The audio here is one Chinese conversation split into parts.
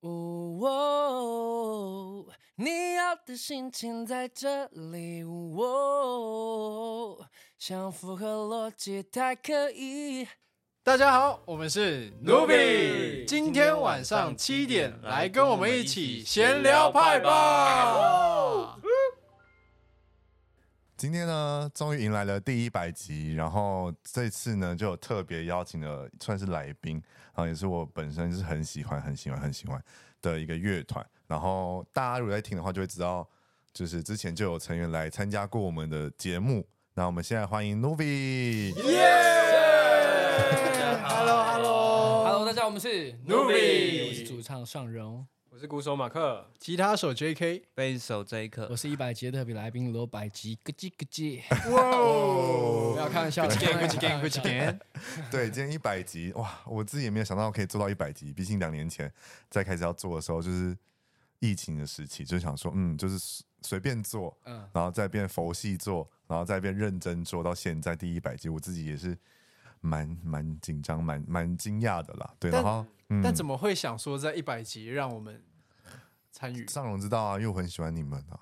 哦的心情在这里，哦，想符合逻辑才可以。大家好，我们是 Nubi 今天晚上七点来跟我们一起闲聊派吧。今天呢，终于迎来了第一百集，然后这次呢，就有特别邀请了算是来宾，然后也是我本身是很喜欢、很喜欢、很喜欢的一个乐团。然后大家如果在听的话，就会知道，就是之前就有成员来参加过我们的节目。那我们现在欢迎 Nubi， Hello Hello， Hello，大家好，我们是 Nubi 我是主唱尚荣，我是鼓手马克，吉他手 J.K. 贝斯手这一刻我，是一百集的特别来宾罗百吉，咯叽咯叽，哇不要开玩笑， Gucci 开 Gang 玩 Gucci 笑 Gang Gucci Gang，对，今天一百集，哇，我自己也没有想到可以做到一百集，毕竟两年前在开始要做的时候，就是疫情的时期，就想说，嗯，就是随随便做，嗯，然后再变佛系做，然后再变认真做，到现在第一百集，我自己也是蛮蛮紧张、蛮蛮惊讶的啦。对，但然后嗯，但怎么么会想说在一百集让我们参与？尚荣知道啊？因为我很喜欢你们啊，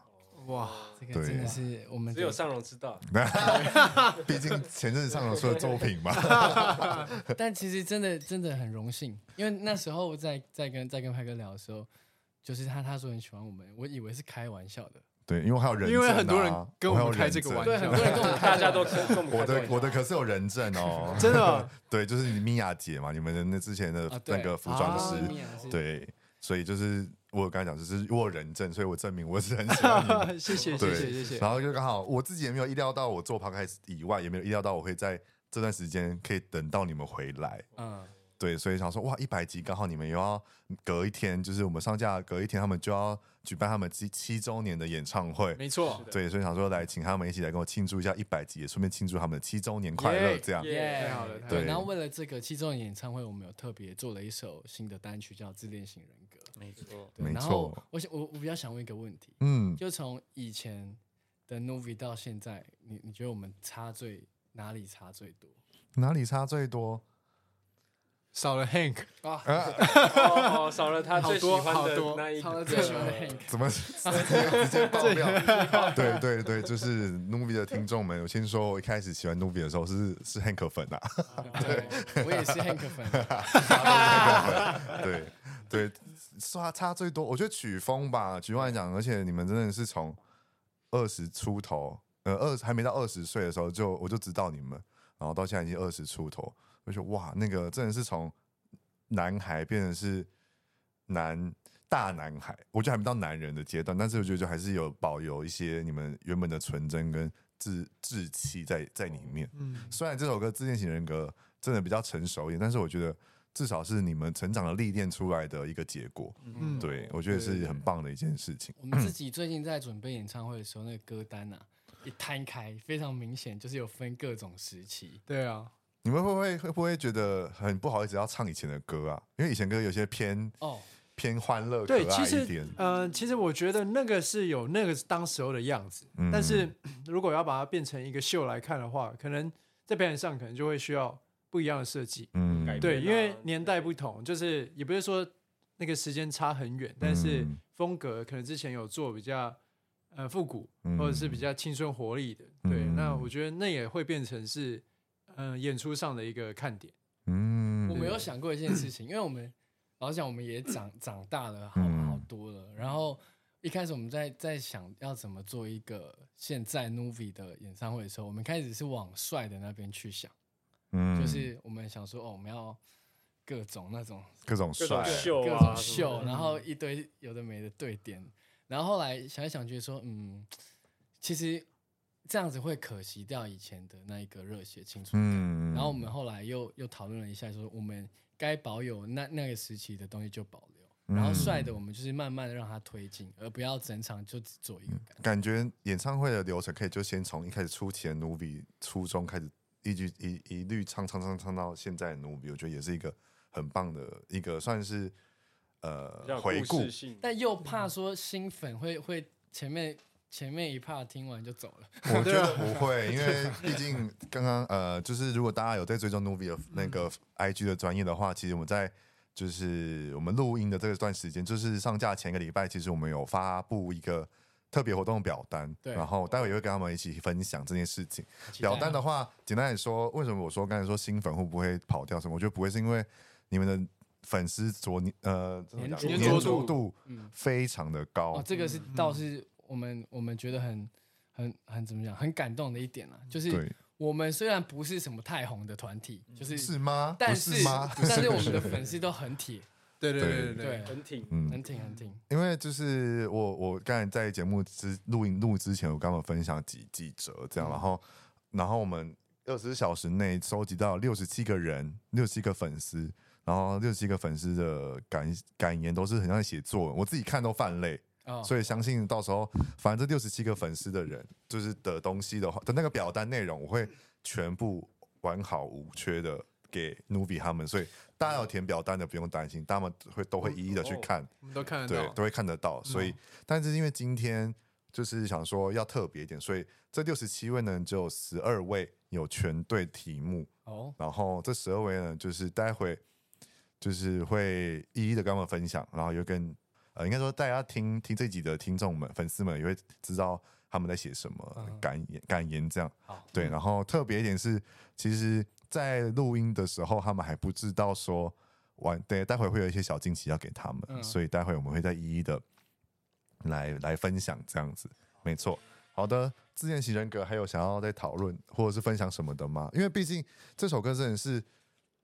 哇，这个对真的是我们只有尚荣知道。毕 竟前阵子尚荣出的作品嘛。但其实真的真的很荣幸，因为那时候在在跟在跟派哥聊的时候，就是他他说很喜欢我们，我以为是开玩笑的，对，因为我还有人证啊、因为很多人跟我们还有人开这个证玩对，很多人跟我们开大玩家笑 都跟跟我们我开的玩笑我的可是有人证哦， 真的哦对，就是你米娅姐嘛，你们的那之前的啊对那个服装啊，师，哦米娅是对，所以就是我有跟他讲，就是我有人证，所以我证明我是很喜欢你们谢谢谢对 谢谢谢。然后就刚好我自己也没有意料到，我做 podcast 以外，也没有意料到我会在这段时间可以等到你们回来。嗯，对，所以想说哇，一百集刚好你们又要隔一天，就是我们上架隔一天，他们就要举办他们七七周年的演唱会。没错，对，所以想说来请他们一起来跟我庆祝一下一百集，也顺便庆祝他们的七周年快乐。耶这样耶太好了太好了对。对然后为了这个七周年演唱会，我们有特别做了一首新的单曲，叫《自恋型人格》。没错，对没然后错我想我我比较想问一个问题，嗯，就从以前的 Novi 到现在，你你觉得我们差最哪里差最多？哪里差最多？少了 Hank，哦，哦少了他最喜欢好的多那一差个了最喜欢的 Hank，怎么 直接爆 料？对对对，就是 Nubi 的听众们，我先说，我一开始喜欢 Nubi 的时候是是 Hank 粉啊，对，我也是 Hank 粉，对对，差差最多，我觉得曲风吧，曲风来讲，而且你们真的是从二十出头，呃，二还没到二十岁的时候就我就知道你们，然后到现在已经二十出头，我就觉得哇，那个真的是从男孩变成是男大男孩，我觉得还没到男人的阶段，但是我觉得就还是有保有一些你们原本的纯真跟志志气在在里面。嗯，虽然这首歌《自恋型人格》真的比较成熟一点，但是我觉得至少是你们成长的历练出来的一个结果。嗯对，我觉得是很棒的一件事情。我们自己最近在准备演唱会的时候，那个歌单啊，一摊开非常明显，就是有分各种时期。对啊，你们会不会会不会觉得很不好意思要唱以前的歌啊？因为以前歌有些偏哦，偏欢乐、可对，其爱一实点。，嗯，其实我觉得那个是有那个当时候的样子，嗯但是如果要把它变成一个秀来看的话，可能在表演上可能就会需要不一样的设计。嗯改变对，啊因为年代不同，就是也不是说那个时间差很远，但是嗯风格可能之前有做比较呃复古，嗯或者是比较青春活力的。对，嗯那我觉得那也会变成是嗯、呃演出上的一个看点。嗯我没有想过一件事情，因为我们老实讲，我们也长长大了，好嗯好多了。然后一开始我们在在想要怎么做一个现在 Novi 的演唱会的时候，我们开始是往帅的那边去想，嗯就是我们想说哦，我们要各种那种各种各种帅，秀各啊种什么秀，然后一堆有的没的对点。然后后来想来想去说，嗯，其实这样子会可惜掉以前的那一个热血青春感。嗯然后我们后来又又讨论了一下，说我们该保有那那个时期的东西就保留，然后嗯帅的我们就是慢慢的让它推进，而不要整场就只做一个感觉。感觉演唱会的流程可以就先从一开始初期的努比初中开始，一句一一律唱唱唱唱到现在的努比，我觉得也是一个很棒的一个算是比较呃有回故 顾事。性。但又怕说新粉会会前面前面一 part 听完就走了，我觉啊得不会，因为毕竟刚刚呃，就是如果大家有在追踪 Nuvi 的那个 IG 的专业的话，其实我们在就是我们录音的这个段时间，就是上架前一个礼拜，其实我们有发布一个特别活动表单，对然后待会也会跟他们一起分享这件事情。期待哦表嗯单的话，简单来说，为什么我说刚才说新粉会不会跑掉什么？我觉得不会，是因为你们的粉丝着你呃怎么讲粘着粘度着度嗯非常的高，哦，这个嗯是倒是我们我们觉得很很很怎么讲，很感动的一点啦，就是嗯对我们虽然不是什么太红的团体，就是是吗？但不是是吗？但是我们的粉丝都很铁，对对对对对对对，很挺， 嗯，很挺很挺，因为就是我我刚才在节目之录音录之前，我跟他们分享几几折这嗯样，然后然后我们二十小时内收集到六十七个人，六十七个粉丝，然后六十七个粉丝的感感言都是很像在写作文，我自己看都犯累，哦，所以相信到时候反正这六十七个粉丝的人就是的东西的话的那个表单内容，我会全部完好无缺的给努比他们，所以大家有填表单的不用担心，他们会都会一一的去哦看。我们都看得对，到。都会看得到。所以，嗯但是因为今天就是想说要特别一点，所以这六十七位呢，只有十二位有全对题目，哦，然后这十二位呢，就是待会就是会一一的跟他们分享，然后又跟呃，应该说大家听听这集的听众们、粉丝们也会知道他们在写什么、嗯感言、感言这样。好，嗯对，然后特别一点是，其实，在录音的时候，他们还不知道说晚对，待会会有一些小惊喜要给他们，嗯所以待会我们会再一一的来来分享这样子。没错，好的，自恋型人格还有想要再讨论或者是分享什么的吗？因为毕竟这首歌真的是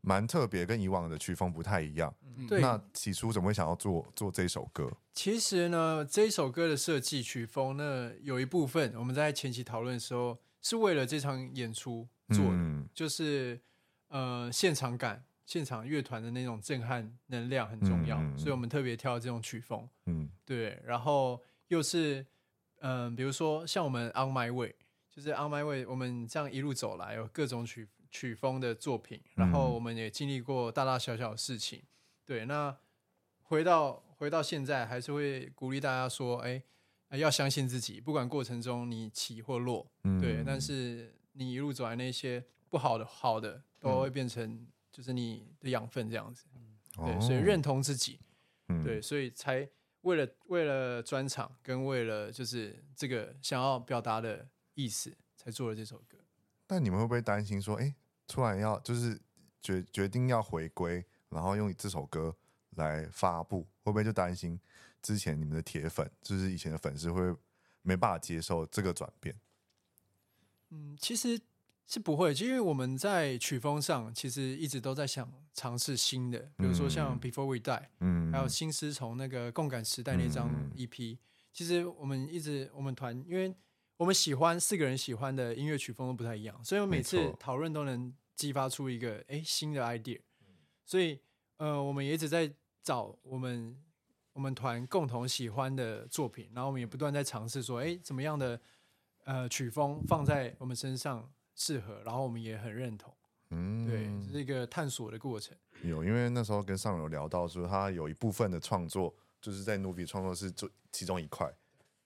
蛮特别，跟以往的曲风不太一样。对，那起初怎么会想要做做这首歌？其实呢，这首歌的设计曲风呢，有一部分我们在前期讨论的时候，是为了这场演出做的，嗯就是呃现场感、现场乐团的那种震撼能量很重要，嗯嗯嗯所以我们特别挑这种曲风。嗯对，然后又是嗯、呃比如说像我们 On My Way，就是 On My Way，我们这样一路走来有各种曲曲风的作品，然后嗯我们也经历过大大小小的事情。对，那回到回到现在，还是会鼓励大家说，哎、呃要相信自己，不管过程中你起或落，嗯对，但是你一路走来那些不好的、好的，都嗯会变成就是你的养分这样子。对，所以认同自己。哦嗯对，所以才为了为了专场跟为了就是这个想要表达的意思，才做了这首歌。但你们会不会担心说，哎、突然要就是决决定要回归，然后用这首歌来发布，会不会就担心之前你们的铁粉，就是以前的粉丝会没办法接受这个转变？嗯，其实是不会，就因为我们在曲风上其实一直都在想尝试新的，比如说像嗯 Before We Die，、嗯，还有新丝虫那个共感时代那张嗯 EP，、其实我们一直我们团，因为我们喜欢四个人喜欢的音乐曲风都不太一样，所以我每没次错讨论都能激发出一个哎、诶新的 idea，所嗯以呃我们也一直在找我们我们团共同喜欢的作品，然后我们也不断在尝试说哎、诶怎么样的呃曲风放在我们身上适合，然后我们也很认同，嗯对，这是一个探索的过程。有，因为那时候跟上游聊到说，他有一部分的创作就是在努比创作是就其中一块，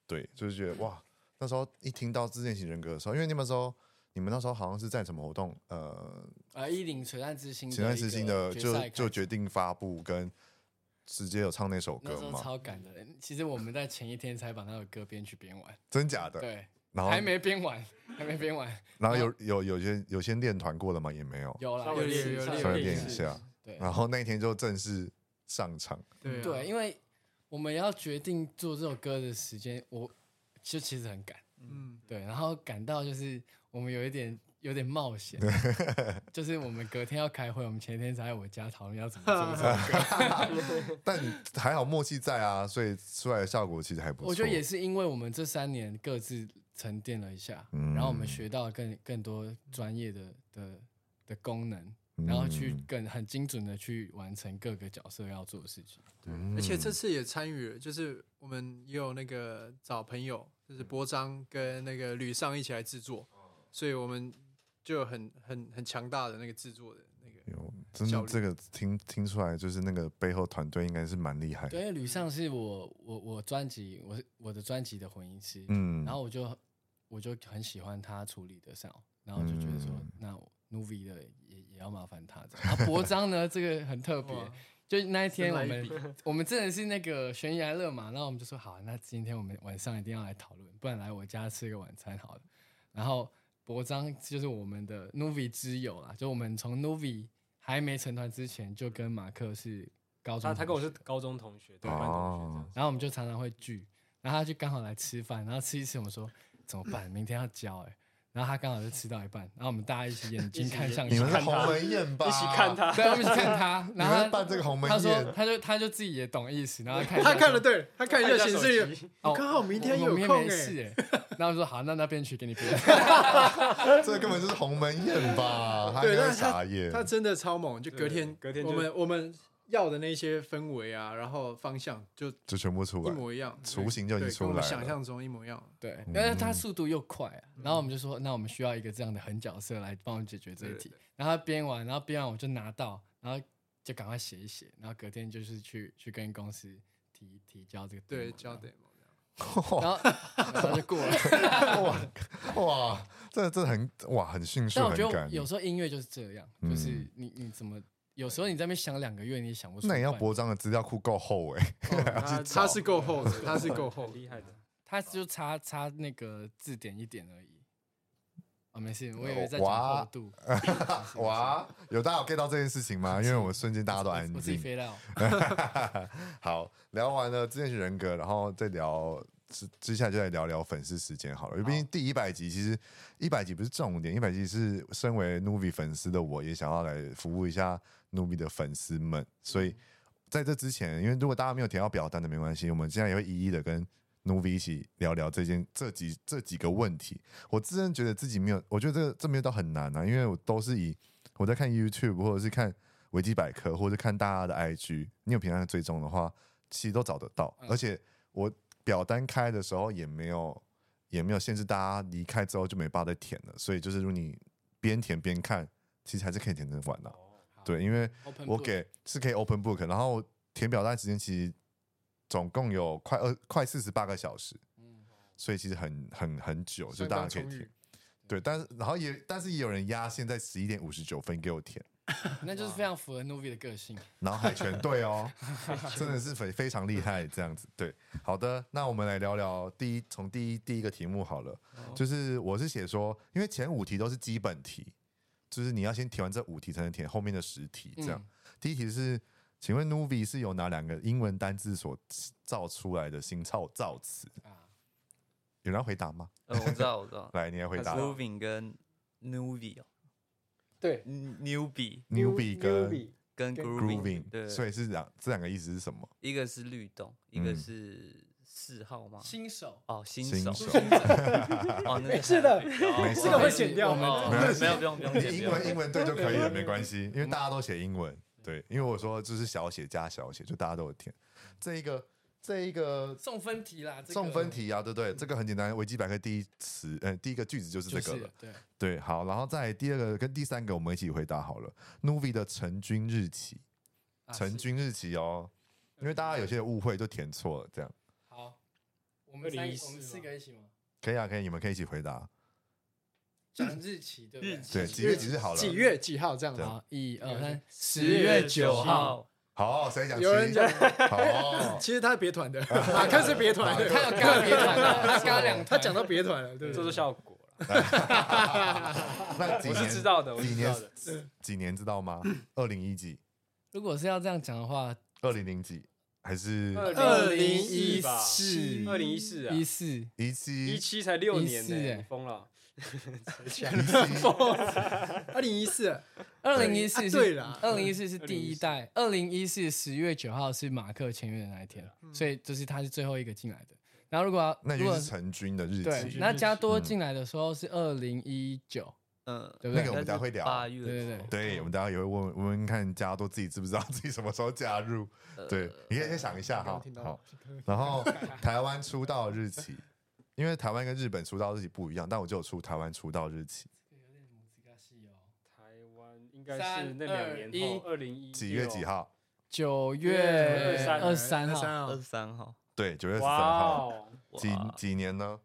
对，就是觉得哇，那时候一听到自恋型人格的时候，因为你们那时候你们那时候好像是在什么活动，呃，啊，一零璀璨之星，前段时间的决就赛就开始决定发布跟直接有唱那首那歌时候嘛，超赶的，其实我们在前一天才把那个歌编曲编完，真假的？对，然后还没编完，还没编完，然后有有有些有些练团过了吗？也没有，有啦，稍有微练练有稍练稍微微练练一一下，啊对然后那一天就正式上场。对、啊、对，因为我们要决定做这首歌的时间，我就其实很赶，嗯，对，然后赶到就是我们有一点有点冒 险，就是我们隔天要开会，我们前一天才在我家讨论要怎么做这首歌。但还好默契在啊，所以出来的效果其实还不错。嗯我觉得也是因为我们这三年各自沉淀了一下，嗯然后我们学到更更多专业的的的功能，然后去嗯更很精准的去完成各个角色要做的事情。嗯，而且这次也参与了，就是我们也有那个找朋友，就是博章跟那个吕尚一起来制作，所以我们就有很很很强大的那个制作的那个，有真效的率这个听听出来，就是那个背后团队应该是蛮厉害的。对，因为吕尚是我我我专辑我我的专辑的混音师，嗯，然后我就我就很喜欢他处理的 sound，然后我就觉得说，嗯啊那 Nuvi 的也也要麻烦他这样。然后博章呢，这个很特别哇，就那一天生我来一们笔我们真的是那个悬崖勒马，然后我们就说好，那今天我们晚上一定要来讨论，不然来我家吃个晚餐好了。然后博章就是我们的 Novi 之友啦，就我们从 Novi 还没成团之前就跟马克是高中他他跟我是同学高中同学，对，班同学这样哦子。然后我们就常常会聚，然后他就刚好来吃饭，然后吃一次我们说怎么办，明天要交哎、欸然后他刚好就吃到一半，然后我们大家一起眼睛一起看眼 上你去们是看他鸿门宴吧？一起看，他，对，我们一起看他， 你然后们他是办这个鸿门他说，宴，他就他就自己也懂意思，然后看一下他看了说对，他看一下显示看一下手机器，我刚好明天我有明空没哎，事哎， 然后我说好，那那边去给你编。这根本就是鸿门宴吧？他应对该但会是他傻眼。他真的超猛，就对隔天隔天就哦我 们我们要的那些氛围啊，然后方向就一就全部出来，模一样，雏形就已对，跟经出我来们想了。象中一模一样。对嗯，但是他速度又快啊、然后我们就说，那我们需要一个这样的狠角色来帮我们解决这一对题对。然后他编完，然后编完我就拿到，然后就赶快写一写，然后隔天就是去去跟公司提提交这个 demo 对，交这样 demo 然后然后就过了。哇哇，这这很哇很迅速， 但我很觉得赶。有时候音乐就是这样，就是嗯你你怎么有时候你在那边想两个月，你也想不出。那也要博章的资料库够厚哎，他他是够厚 的，他是够厚很厉害的。他就差差那个字典一点而已。哦，没事，我以为在哇讲厚度。 哇，有大家有 get 到这件事情吗？因为我瞬间大家都安我自己静。飞到。 好，聊完了自恋型人格，然后再聊。之之下就来聊聊粉丝时间好了，因为毕竟第一百集其实一百集不是重点，一百集是身为 Nubi 粉丝的我也想要来服务一下 Nubi 的粉丝们，所以在这之前，因为如果大家没有填到表单的没关系，我们现在也会一一的跟 Nuvi 一起聊聊这件这几这几个问题。我自认觉得自己没有，我觉得这个这没有到很难啊，因为我都是以我在看 YouTube 或者是看维基百科或者是看大家的 IG，你有平常的追踪的话，其实都找得到。嗯而且我表单开的时候也没有也没有限制大家离开之后就没办法再填了，所以就是如果你边填边看，其实还是可以填得完的、啊对，因为 Open 我 book 给是可以 open book，然后填表单时间其实总共有快二快四十八个小时，嗯所以其实很很很久，就相大当家可以充裕嗯填。对，但是然后也但是也有人压线在十一点五十九分给我填，那就是非常符合 Novi 的个性。然后海全队 哦，真的是非非常厉害这样子。对，好的，那我们来聊聊第一从第一第一个题目好了，哦就是我是写说，因为前五题都是基本题，就是你要先填完这五题才能填后面的十题这嗯样。第一题是，请问 Nuvi 是由哪两个英文单字所造出来的新造造词？啊，有人要回答吗？呃，我知道，我 知道来，你来回答。 ，Moving 跟 Nuvi 哦对 n e w b i Newbie 跟跟 Grooving，对，所以是两这两个意思是什么？一个是律动，一个嗯是四号吗？新手哦，新新手，手哦，那是的 没这个会剪掉我们哦，没有没有不用不用剪，英不用文英文对就可以了，没关系，因为大家都写英文。对，因为我说就是小写加小写，就大家都有填。这一个这一个送分题啦，这个送分题啊，对不对？这个很简单，维基百科第一词，呃，第一个句子就是就这个是了。对，对，好，然后再来第二个跟第三个，我们一起回答好了。Nuvi 的成军日期，啊成是军日期哦，因为大家有些误会就填错了，这样好，我们三2014我们四吗个一起吗？可以啊，可以，你们可以一起回答。讲日期对不对？日期对，几月几日好了？几？月几号这样子？好，一二三， 10月9号，好，谁讲？有人讲，好，其实他是别团的，马克是别 团的，他有刚别团了，他刚两团，他讲到别团了，对这不就是对？效果了。那几我年是知道的，我几是知年道的。几年知道吗？二零一几？如果是要这样讲的话，二零零几？还是二零一一四四二零一四啊，一四一一七七才六年14呢、欸你疯了！二零一四，二零一四啊对啦二零一四是第一代，二零一四十月九号是马克签约的那一天，所以就是他是最后一个进来的。然后如果要那已如经果是成军的日对，期。那加多进来的时候是二零一九，嗯，对不对那个我们等下会聊啊八月，对对对对，我们大家也会问问问看加多自己知不知道 自己什么时候加入？对，你可以先想一下哈。好，然后台湾出道日期，因为台湾跟日本出道日期不一样，但我就有出台湾出道日期，台湾应该是那两年321后，二零一几月几？号？九月月二十23三号，二号十，三号，对，九月十三哇号。哦，哇几几年呢？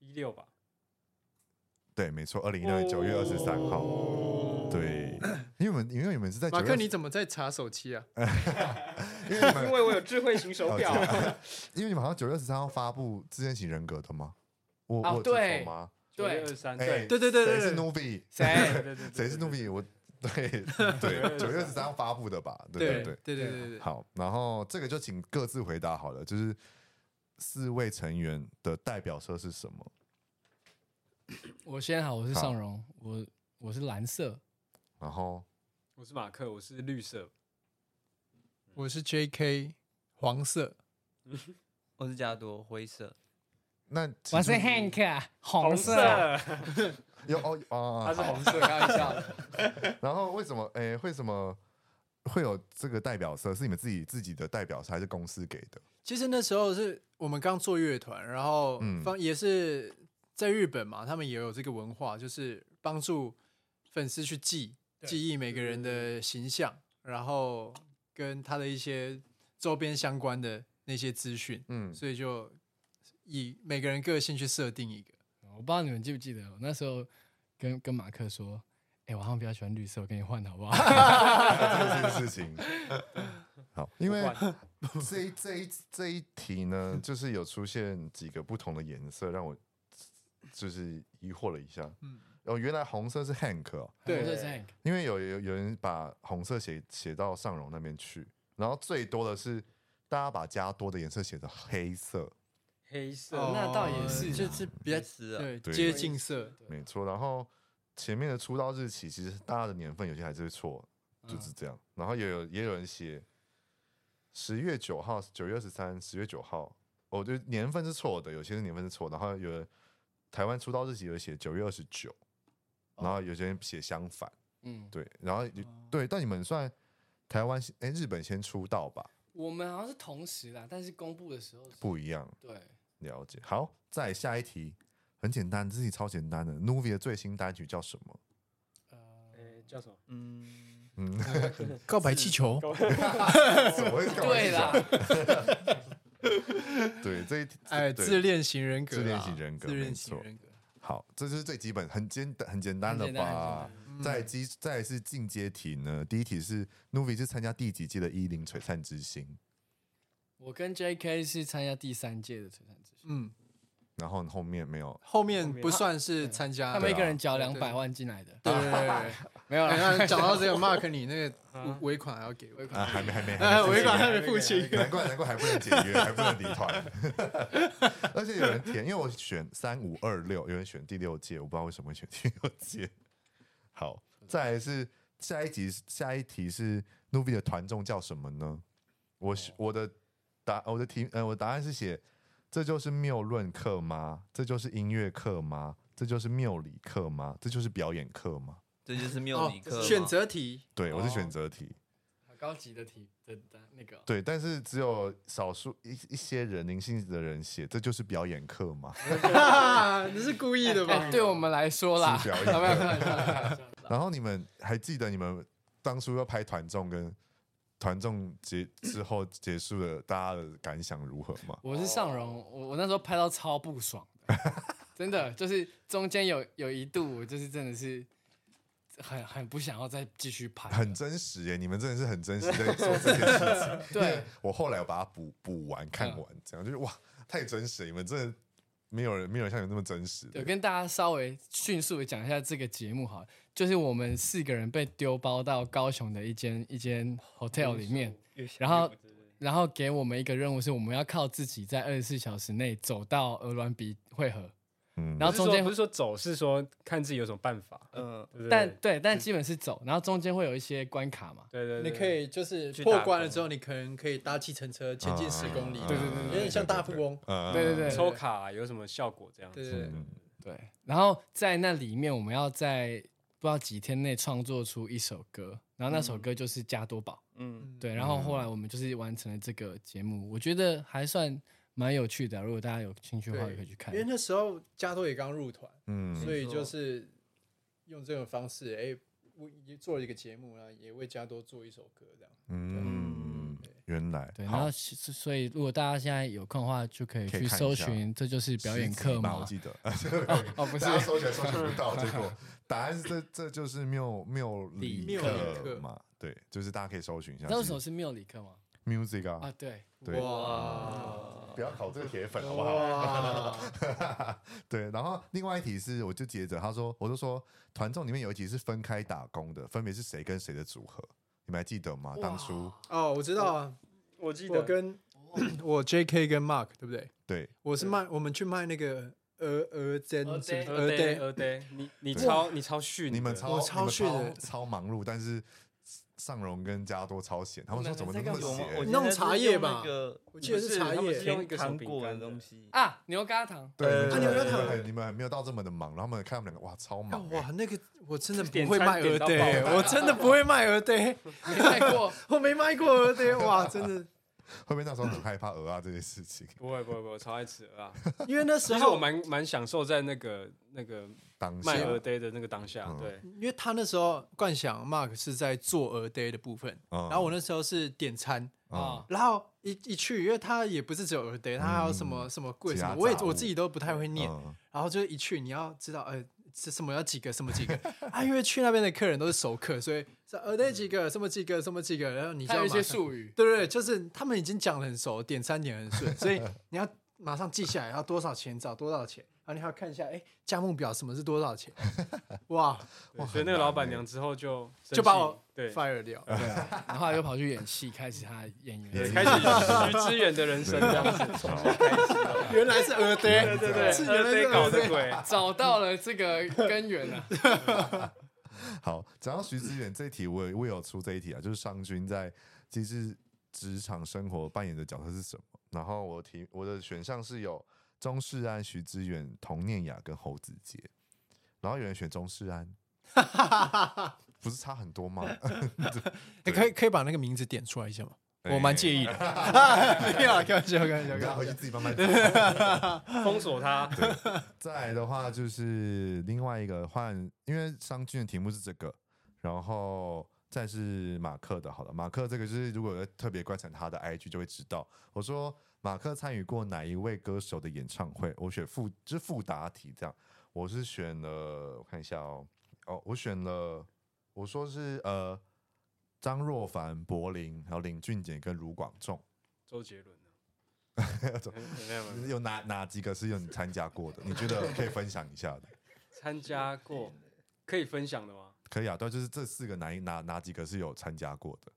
一六吧，对，没错，二零一六年九月二十三号。对，因为我们因为你们是在九马月克，你怎么在查手机啊？因为你们因为我有智慧型手表，因为你们好像九月十三号发布自恋型人格的吗？我哦我有记对嗯错吗？对哎二三，哎对对对对谁是对对， Nubi？谁？对对， 谁是 Nubi？我对 对，九月十三号发布的吧？对对对 对对对对，好，然后这个就请各自回答好了，就是四位成员的代表色是什么？我先好，我是好尚荣，我我是蓝色，然后我是马克，我是绿色，我是 J.K. 黄色，我是加多灰色，那我其是中 Hank 啊红红色，有哦啊，他是好红色，开玩笑的。然后为什么？诶，为什么会有这个代表色？是你们自己自己的代表色，还是公司给的？其实那时候是我们刚做乐团，然后嗯方也是在日本嘛，他们也有这个文化，就是帮助粉丝去记对记忆每个人的形象，然后跟他的一些周边相关的那些资讯，嗯，所以就以每个人个性去设定一个。我不知道你们记不记得，我那时候跟跟马克说，哎、我好像比较喜欢绿色，我跟你换好不好？这件事情。好，因为这一这一这一 题呢，就是有出现几个不同的颜色，让我就是疑惑了一下。嗯，哦，原来红色是 Hank，、哦、对红色是 Hank，因为有有有人把红色写写到尚荣那边去，然后最多的是大家把加多的颜色写成黑色，黑色，哦那倒也是啊就是比较别撕啊，对对接近色，没错。然后前面的出道日期，其实大家的年份有些还是会错，就是这样。然后也有也有人写十月九号、九月十三、十月九号，哦，就年份是错的，有些是年份是错的。然后有人台湾出道日期有写九月二十九，然后有些人写相反，嗯，对，然后就对，但你们算台湾哎日本先出道吧，我们好像是同时啦，但是公布的时候是不一样，对，了解。好，再下一题。很简单，这题超简单的。Nuvi 的最新单曲叫什么？呃哎，叫什么？嗯，嗯，告白 气球， 怎么会搞对啦，对，这一题哎，对自恋型人格啊，自恋型人格自没恋错型人格，好，这就是最基本，很简单，很简单了很简单吧？嗯再基再来是进阶题呢，第一题是 Nuvi 是参加第几届的一零璀璨之星，我跟 J.K. 是参加第三届的璀璨之星，嗯，然后后面没有，后面不算是参加，他们一个人缴对啊两百万进来的，啊对对对对。没 有哎啦，那讲到这个，Mark，你那个尾尾款还要给我尾，款啊，还没还没，还哎，没尾款还没付清。 难怪难怪还不能解约，还不能离团， 而且有人填，因为我选三五二六，有人选第六届，我不知道为什么会选第六届。好，再来是下一集，下一题是 Nuvi 的团众叫什么呢？我是我的答我的题呃，我答案是写这就是谬论课吗？这就是音乐课吗？这就是谬理课吗？这就是表演课吗？这就是缪哦尼克，嘛选择题，对，我是选择题。好高级的题的的那个哦、对，但是只有少数一一些人灵性的人写，这就是表演课吗？哈哈 你是故意的 哎吧？对我们来说啦，啊是表演没有没有开玩笑开玩笑然后你们还记得你们当初要拍团综跟团综结之后结束的大家的感想如何吗？我是尚荣，我我那时候拍到超不爽 的，真的就是中间有有一度，我就是真的是很很不想要再继续拍了，很真实耶，你们真的是很真实在做这 件事情。对，嗯我后来有把它补补完看完，这样就是哇，太真实了！你们真的没有人没有人像你们那么真实我的。跟大家稍微迅速的讲一下这个节目好了，就是我们四个人被丢包到高雄的一间一间 hotel 里面，然后然后给我们一个任务是我们要靠自己在二十四小时内走到鹅銮鼻汇合，嗯然后中间不是说走，是说看自己有什么办法，嗯，对不对但对但基本是走，然后中间会有一些关卡嘛，对对，你对可以就是去破打工关了之后，你可能可以搭计程车前进十公里，啊对对对有点像大富翁。嗯对对对抽卡有什么效果这样对子？对对，嗯对，然后在那里面，我们要在不知道几天内创作出一首歌，然后那首歌就是《加多宝》。嗯，对，然后后来我们就是完成了这个节目，我觉得还算蛮有趣的啊。如果大家有兴趣的话，也可以去看因。为那时候加多也刚入团，嗯所以就是用这种方式，哎，我也做了一个节目，然后也为加多做一首歌这样。嗯，原来对，然好后是是所以如果大家现在有空的话，就可以可以去看一搜下寻，这就是表演十集课吧我嘛？记得 哦，不是大，家搜起来搜寻不到，结 果答案是这这就是缪缪里里克克嘛，对，就是大家可以搜寻一下。你知道为什么是缪里克吗？ music 啊，啊？对，对，哇啊不要考这个铁粉好不好？哇，哦 对，然后另外一题是，我就接着他说，我就说团综里面有一题是分开打工的，分别是谁跟谁的组合，你们还记得吗？当初哦，我知道啊，我记我得跟 我 J.K. 跟 Mark 对不对？对我是卖，我们去卖那个鹅鹅胗，鹅是不是胗鹅呆胗鹅呆，你你对超你超逊的，你们超我你超们逊超的超忙碌，但是尚荣跟加多超闲，他们你说们怎么在能那么干嘛我闲？记弄得是茶叶用吧那个我记得不是茶他们叶是用用一个糖小饼果的干的东西，啊，牛轧糖，对，呃你们啊你们很你你们没有看们很没有到这么的忙，然后他们看我们两个哇超啊忙欸，哇，那个我真的点不会餐卖点鹅到呆欸， 爆我真的不会卖鹅呆，没带过，我没卖过鹅呆，哇，真的，会不会那时候很害怕鹅啊这件事情？不会不会不会，我超爱吃 鹅啊！因为那时其实我候，蛮蛮享受在那个那个当下卖鹅呆的那个当下啊嗯，对，因为他那时候冠想 Mark 是在做鹅呆的部分，嗯然后我那时候是点餐，哦啊 然后一一去，因为他也不是只有鹅呆，他还有什么什么贵嗯其什他么，我也杂物我自己都不太会念，嗯然后就一去，你要知道，呃，是什么要几个，什么几个 啊？因为去那边的客人都是熟客，所以是呃那几个，什么几个，什么几个，然后你就还要有一马些上，术语，对对对，就是他们已经讲的很熟，点餐点很顺，所以 你要马上记下来，要多少钱找多少钱，然后你还要看一下，哎，价目表什么是多少 钱，哇对所以那个老板娘之后就生就把气我对，fire 掉，对啊，然后他又跑去演戏，开始他的演对员，开始徐志远的人生这样子， 原来是鹅呆，对对对，是鹅原来呆是搞鹅的呆，鬼，找到了这个根源啊，好，讲到徐志远这一题，我有我有出这一题啊，就是商君在其实职场生活扮演的角色是什么？然后我提我的选项是有钟世安、徐志远、童念雅跟侯子杰，然后有人选钟世安， 不是差很多吗？你哎可以可以把那个名字点出来一下吗？哎我蛮介 意的， 没有啊，开玩笑，开玩笑，大开家玩回笑去。自己慢 慢。封锁他，再来的话就是另外一个换，因为商君的题目是这个，然后再是马克的。好了，马克这个就是如果有特别观察他的 IG 就会知道。我说马克参与过哪一位歌手的演唱会？我选复就是复答题这样，我是选了，我看一下哦，哦，我选了，我说是呃张若凡、柏林，还有林俊杰跟卢广仲。周杰伦呢？没有没有没有有哪哪几个是有你参加过的？你觉得可以分享一下的？参加过，可以分享的吗？可以啊，对，就是这四个哪一哪哪几个是有参加过的？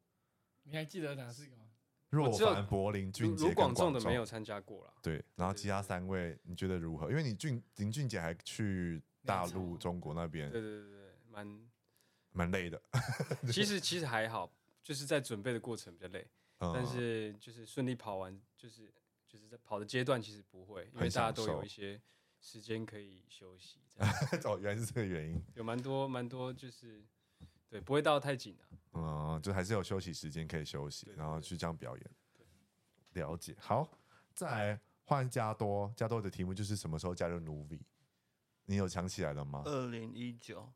你还记得哪四个吗？若只有凡、柏林、卢俊杰卢跟广仲仲的没有。参加过啦，对，然后其他三位你觉得如何？因为你俊林俊杰还去大陆、中国那边对，对对对，蛮蛮累的。 其实其实还好，就是在准备的过程比较累，嗯但是就是顺利跑完，就是就是在跑的阶段其实不会，因为很享大家都受有一些时间可以休息，这样 哦，原来是这个原因。有蛮多蛮多就是对不会到太紧啊。 嗯，就还是有休息时间可以休息对，对然后对去这样表演。了解，好，再来换加多。加多的题目就是什么时候加入 Nuvi？你有想起来了吗？呃二零一九，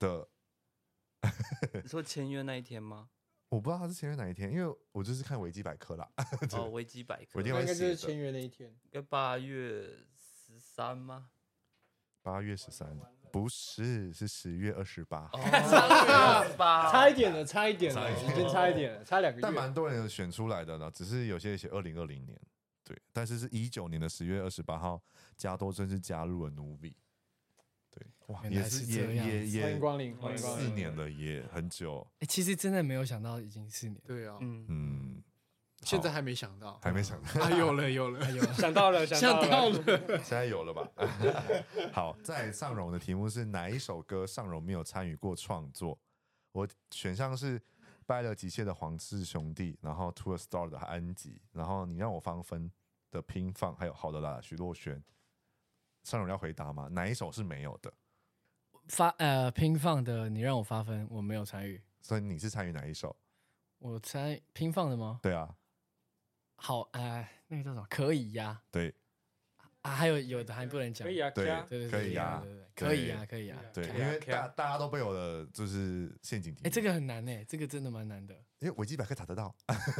的，你说签约那一天吗？我不知道他是签约哪一天，因为我就是看维基百科啦。哦，维基百科，我一定应会应该就是写的签约那一天。该八月十三吗？八月十三，不是，是十月二十八。哦，八月 八，差一点了，差一点差了，一已点经差一点了，差两个但月。蛮多人有选出来的呢，只是有些写二零二零年，对，但是是一九年的十月二十八号，加多真是加入了努比，对，哇，原也来是是也这样也欢迎也光临，欢迎光四临。年了，也很久，哎，其实真的没有想到已经四年，对啊，嗯，嗯，现在好还没想到，还没想到，啊，有了有了，哎呦，想到了，想想到到了，了，现在有了吧？ 好，在尚荣的题目是哪一首歌尚荣没有参与过创作？我选项是《拜了极限》的黄氏兄弟，然后《To a Star》的安吉，然后你让我芳芬的拼放，还有好的啦，徐若瑄。尚荣要回答吗？哪一首是没有的？发呃拼放的，你让我发分，我没有参与，所以你是参与哪一首？我参拼放的吗？对啊，好，哎、那个叫什么？可以呀、对，啊，还有有的还不能讲，可以啊，对加对对对，可以对啊对对对可以啊，可以啊。对，可因以啊为可以啊大大家都被我的就是陷阱题哎，，这个很难哎，这个真的蛮难的因为维基百科查得到，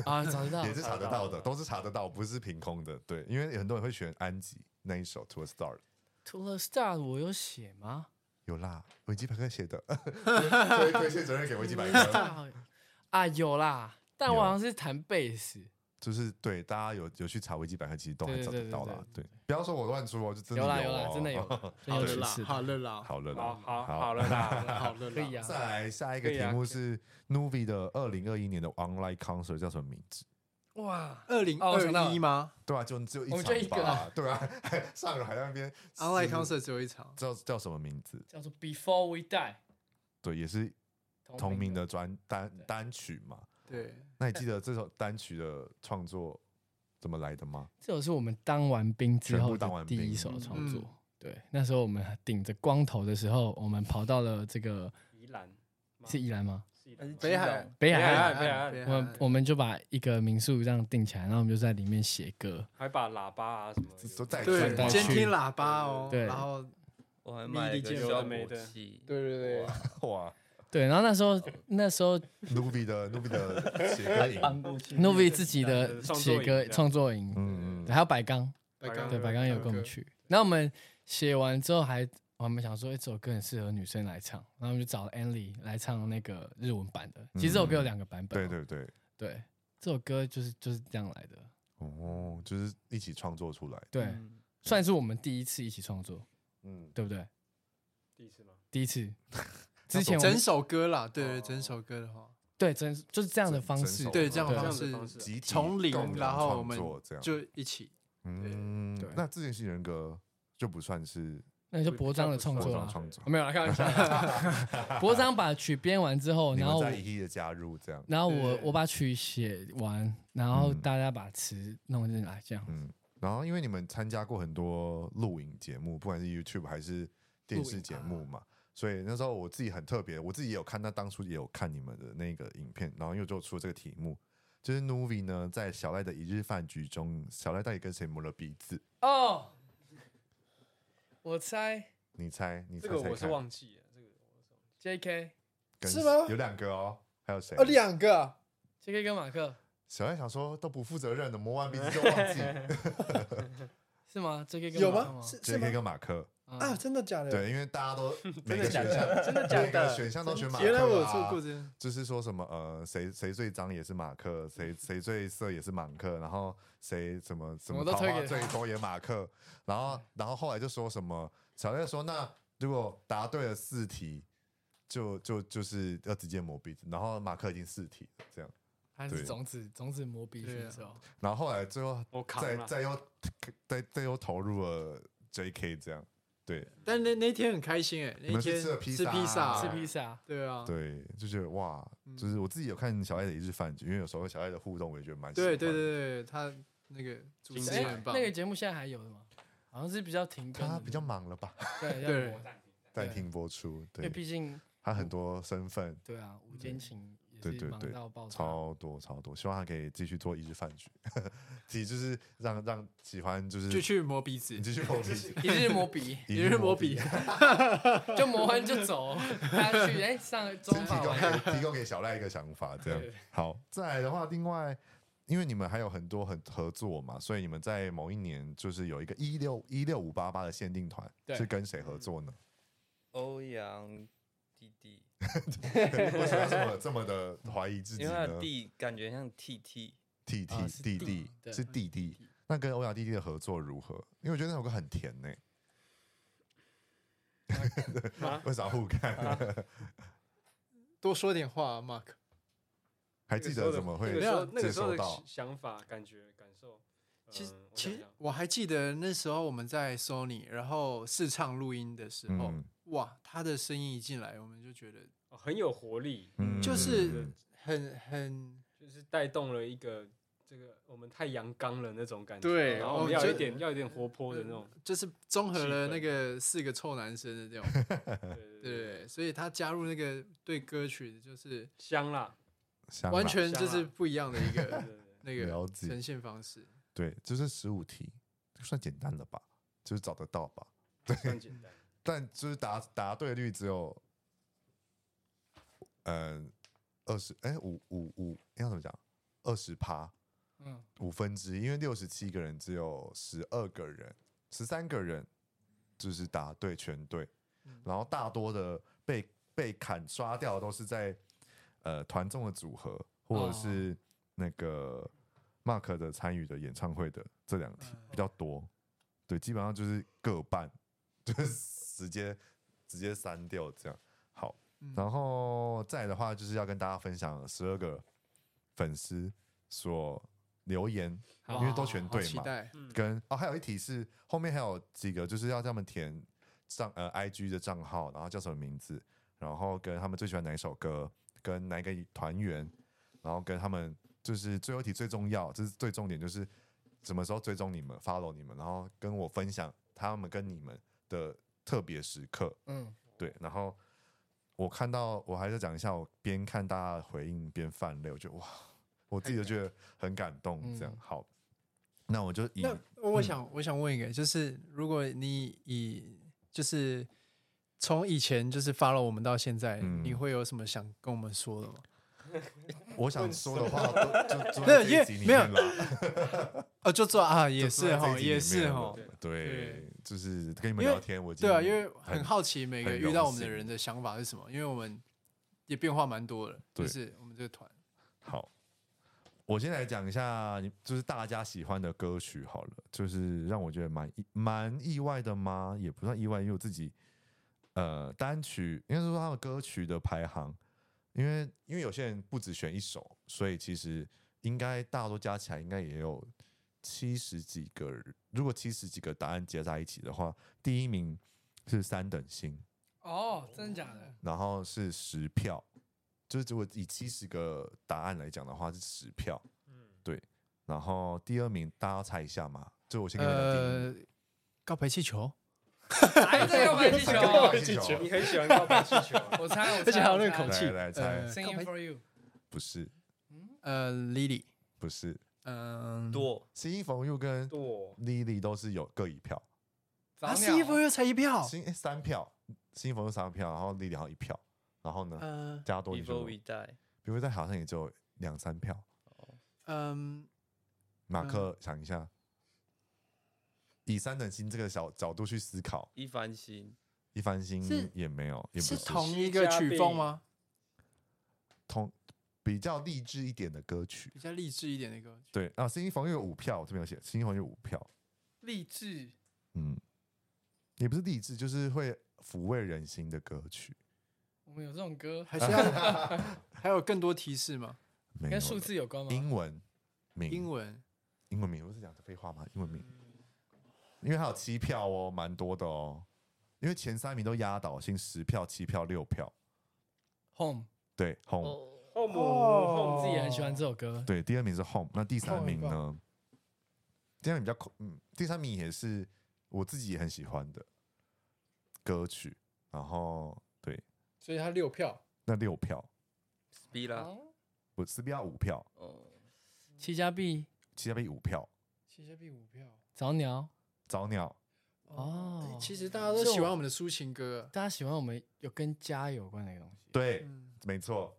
啊，找得到 也是查得到的，查得到都是查得到，不是凭空的。对，因为很多人会选安吉那一首《To a Star》， To the Star 我有写吗？有啦，维基百科写的，推推卸责任给维基百科， 啊，有啦，但我有啊好像是弹贝斯，就是对大家有有去查维基百科，其实都还找得到啦。对，不要说我乱说，哦，就真的有啦有啦，哦真的有， 好真的了有啦其，事好的，了啦， 好了好啦，好好了啦， 好了可啦以。再啊，来下一个可以题啊目是 Nuvi 的二零二一年的 Online Concert 叫什么名字？哇，二零哦我想到二了一吗对啊，就只有一我场们就一个吧啊，对啊， 上海那边？Online 是 concert 只有一场，叫叫什么名字？叫做 Before We Die，对，也是同名的专单对单曲嘛。对，那你记得这首单曲的创作怎么来的吗？这首是我们当完兵之全部后当完的第兵一首创作。嗯对，那时候我们顶着光头的时候，我们跑到了这个宜兰吗 是宜兰吗？是宜兰吗北北海基隆北海海岸。北海岸北我们我们就把一个民宿这样定起来，然后我们就在里面写歌。还把喇叭啊什么这有都带对带，监去听喇叭哦，对然后我还买了一个迷你界效有的没果的器，对对对，哇对，然后那时候那时候，Nuvi 的 Nuvi 的写歌营，搬过去 Novi 自己的创作写营这歌样创作营，嗯对嗯，还有白钢，白刚对对白钢也有跟我们去。然后我们写完之后还，我们想说，哎、这首歌很适合女生来唱，然后我们就找了 Anly 来唱那个日文版的。其实这首歌有两个版本对哦、对对，对，这首歌就是就是这样来的。嗯哦，就是一起创作出来，对，算是我们第一次一起创作，嗯，对不对？第一次吗？第一 次，之前我整们首歌啦，对对，哦整首歌的话，对真就是这样的整方整式首，对这样对的方这样的方式式集体从零共同然后我创们作这样，就一起，嗯对，那自恋型人格就不算是那就博章的创创作作啦。创作哦，没有啦，开玩笑啦。 博章把曲编完之后，你然们后在一一的加入这样，然后对我对我把曲写完，然后嗯大家把词弄进来，这样。嗯，然后因为你们参加过很多录影节目，不管是 YouTube 还是电视节目嘛，啊所以那时候我自己很特别，我自己也有看，那当初也有看你们的那个影片，然后又就出了这个题目，就是 Nuvi 呢在小赖的一日饭局中，小赖到底跟谁磨了鼻子？哦，我猜你猜，你猜这猜个看，我是忘记了，这个 J.K. 跟是吗有两个哦，还有谁？呃，两个啊， J.K. 跟马克小赖想说都不负责任的，磨完鼻子就 忘记是吗？J.K. 跟有马克吗？是是 J.K. 吗？跟马克。啊，啊，真的假的？，对，因为大家 都每个的假选的项，真的假每个的选项都选马克、啊。原来我有做过这样，就是说什么呃，谁谁最脏也是马克，谁谁最色也是马克，然后谁什么什么么都桃推花给他最多也马克，然嗯后然后后来就说什么小赖说那如果答对了四题，就就就是要直接磨鼻子，然后马克已经四题了这样，他是对种子种子磨鼻对啊子是哦吧？然后后来最后我扛啊再了，再又 再再又投入了 J.K. 这样，对但那那天很开心哎，们那去天吃了披披萨啊萨，吃披萨，对啊，对，就觉得哇，就是我自己有看小赖的一日饭局，因为有时候小赖的互动我也觉得蛮喜欢对对的对对，他那个主持精哎人彩很棒那，个节目现在还有的吗？好像是比较停更他的，比较忙了吧，对要对磨在对听播出，因对为。毕竟他很多身份，对啊，午间情也对是对忙对到爆炸。超多超多，希望他可以继续做一日饭局， 其实就是让让喜欢就是就去磨鼻子你，继续磨皮，一日磨鼻，一日磨皮，鼻，就磨完就走，大家去哎上中这提法供完给提供给小赖一个想法，这样对好。再来的话，另外因为你们还有很多很合作嘛，所以你们在某一年就是有一个一六一六五八八的限定团，对是跟谁合作呢？欧阳弟弟， 为什么要这么这么的怀疑自己因为他呢？的弟感觉像 TT，弟弟啊是弟弟弟对是弟弟，那跟欧阳弟弟的合作如何？因为我觉得那首歌很甜呢、啊为啥互看？ 多说点话啊，Mark。还记得怎么那个会时候那接个时候收的到？想法、感觉、感受，其实嗯我其想实想我还记得那时候我们在 Sony，然后试唱录音的时候，嗯哇，他的声音一进来，我们就觉得哦很有活力，嗯就是很很就是带动了一个这个我们太阳刚了那种感觉，对然后我我们要觉有一得点要有一点活泼的那种，就是综合气了氛那个四个臭男生的这种， 对对对嗯对，所以他加入那个对歌曲就是香啦，香完辣全就香是辣不一样的一对 个对对那了个解呈现方式。对，就是十五题，算简单了吧？就是找得到吧。算简 单。但就是答答对率只有，嗯，二十哎五五五要怎么讲？二十趴，嗯，五分之一，因为六十七个人只有十二个人，十三个人就是答对全对，然后大多的被被砍刷掉的都是在呃团众的组合或者是那个 Mark 的参与的演唱会的这两题比较多，对，基本上就是各半， 就是直接直接删掉这样。好，然后再来的话就是要跟大家分享十二个粉丝所留言，因为都全好对期嘛，待，嗯跟哦，还有一题是后面还有几个，就是要他们填账呃 IG 的账号，然后叫什么名字，然后跟他们最喜欢哪一首歌，跟哪一个团员，然后跟他们就是最后一题最重要，这是最重点，就是什么时候追踪你们、follow 你们，然后跟我分享他们跟你们的特别时刻。嗯，对，然后我看到我还是讲一下，我边看大家的回应边泛泪，我觉得哇，我自己都觉得很感动。这样、嗯好，那我就以嗯那我想，我想问一个，就是如果你以就是从以前就是发了我们到现在，嗯你会有什么想跟我们说的吗？我想说的话都就 就没有在因这为一集里没有面了，哦，就做啊，就也是是在这一哈，集里也是面哈了，对对，就是跟你们因为聊天，我已对啊，经因为很好奇每个很遇荣到我们的幸人的想法是什么，因为我们也变化蛮多的，对就是我们这个团，好，我先来讲一下，你就是大家喜欢的歌曲好了，就是让我觉得蛮意蛮意外的吗？也不算意外，因为我自己呃单曲应该是说他们歌曲的排行，因为因为有些人不只选一首，所以其实应该大多加起来应该也有七十几个人，如果七十几个答案加在一起的话，第一名是三等星。哦，真的假的？然后是十票，就是如果以七十个答案来讲的话是十票，对。然后第二名大家要猜一下嘛，就我先跟你们讲第一名呃，告白气球，还在告白 气球还在告白哦？气球啊你很喜欢告白气球，啊我猜，我而且猜，还有我那个猜口气来来猜呃， Singing for you，不是呃，Lily，不是，嗯，多新一冯又跟多 Lily 都是有各一票，早啊，是一波鸟，又才一票，新诶三票，新一冯又三票，然后 Lily 好像一票，然后呢呃，加多你，Before 就 We Die，比如在好像也就两三票。呃嗯，马克想一下，以三等星这个小角度去思考，一番心，一番星是也没有，也不是是同一个曲风吗？同比较励志一点的歌曲。比较励志一点的歌曲，对啊，新一房有五票，我这边有写，新一房有五票，励志，嗯，也不是励志，就是会抚慰人心的歌曲。我们有这种歌， 还是 要还有更多提示嗯吗？没有跟数字有关吗？英文名，英文英文名，我是讲的废话吗？英文名，因为还有七票哦，蛮多的哦，因为前三名都压倒性十票、七票、六票， Home，对，Home，、哦，后母我自己也很喜欢这首歌。对，第二名是 Home，那第三 Home 啊名很呢？第三名比较口，嗯，第三名也是我自己也很喜欢的歌曲，然后对，所以他六票，那六票， s p i l a 哦我斯比亚五票，哦，七加币，齐加币五票，七加币五票，早鸟早鸟哦。其实大家都喜欢我们的抒情歌，啊大家喜欢我们有跟家有关的东西，对，嗯，没错，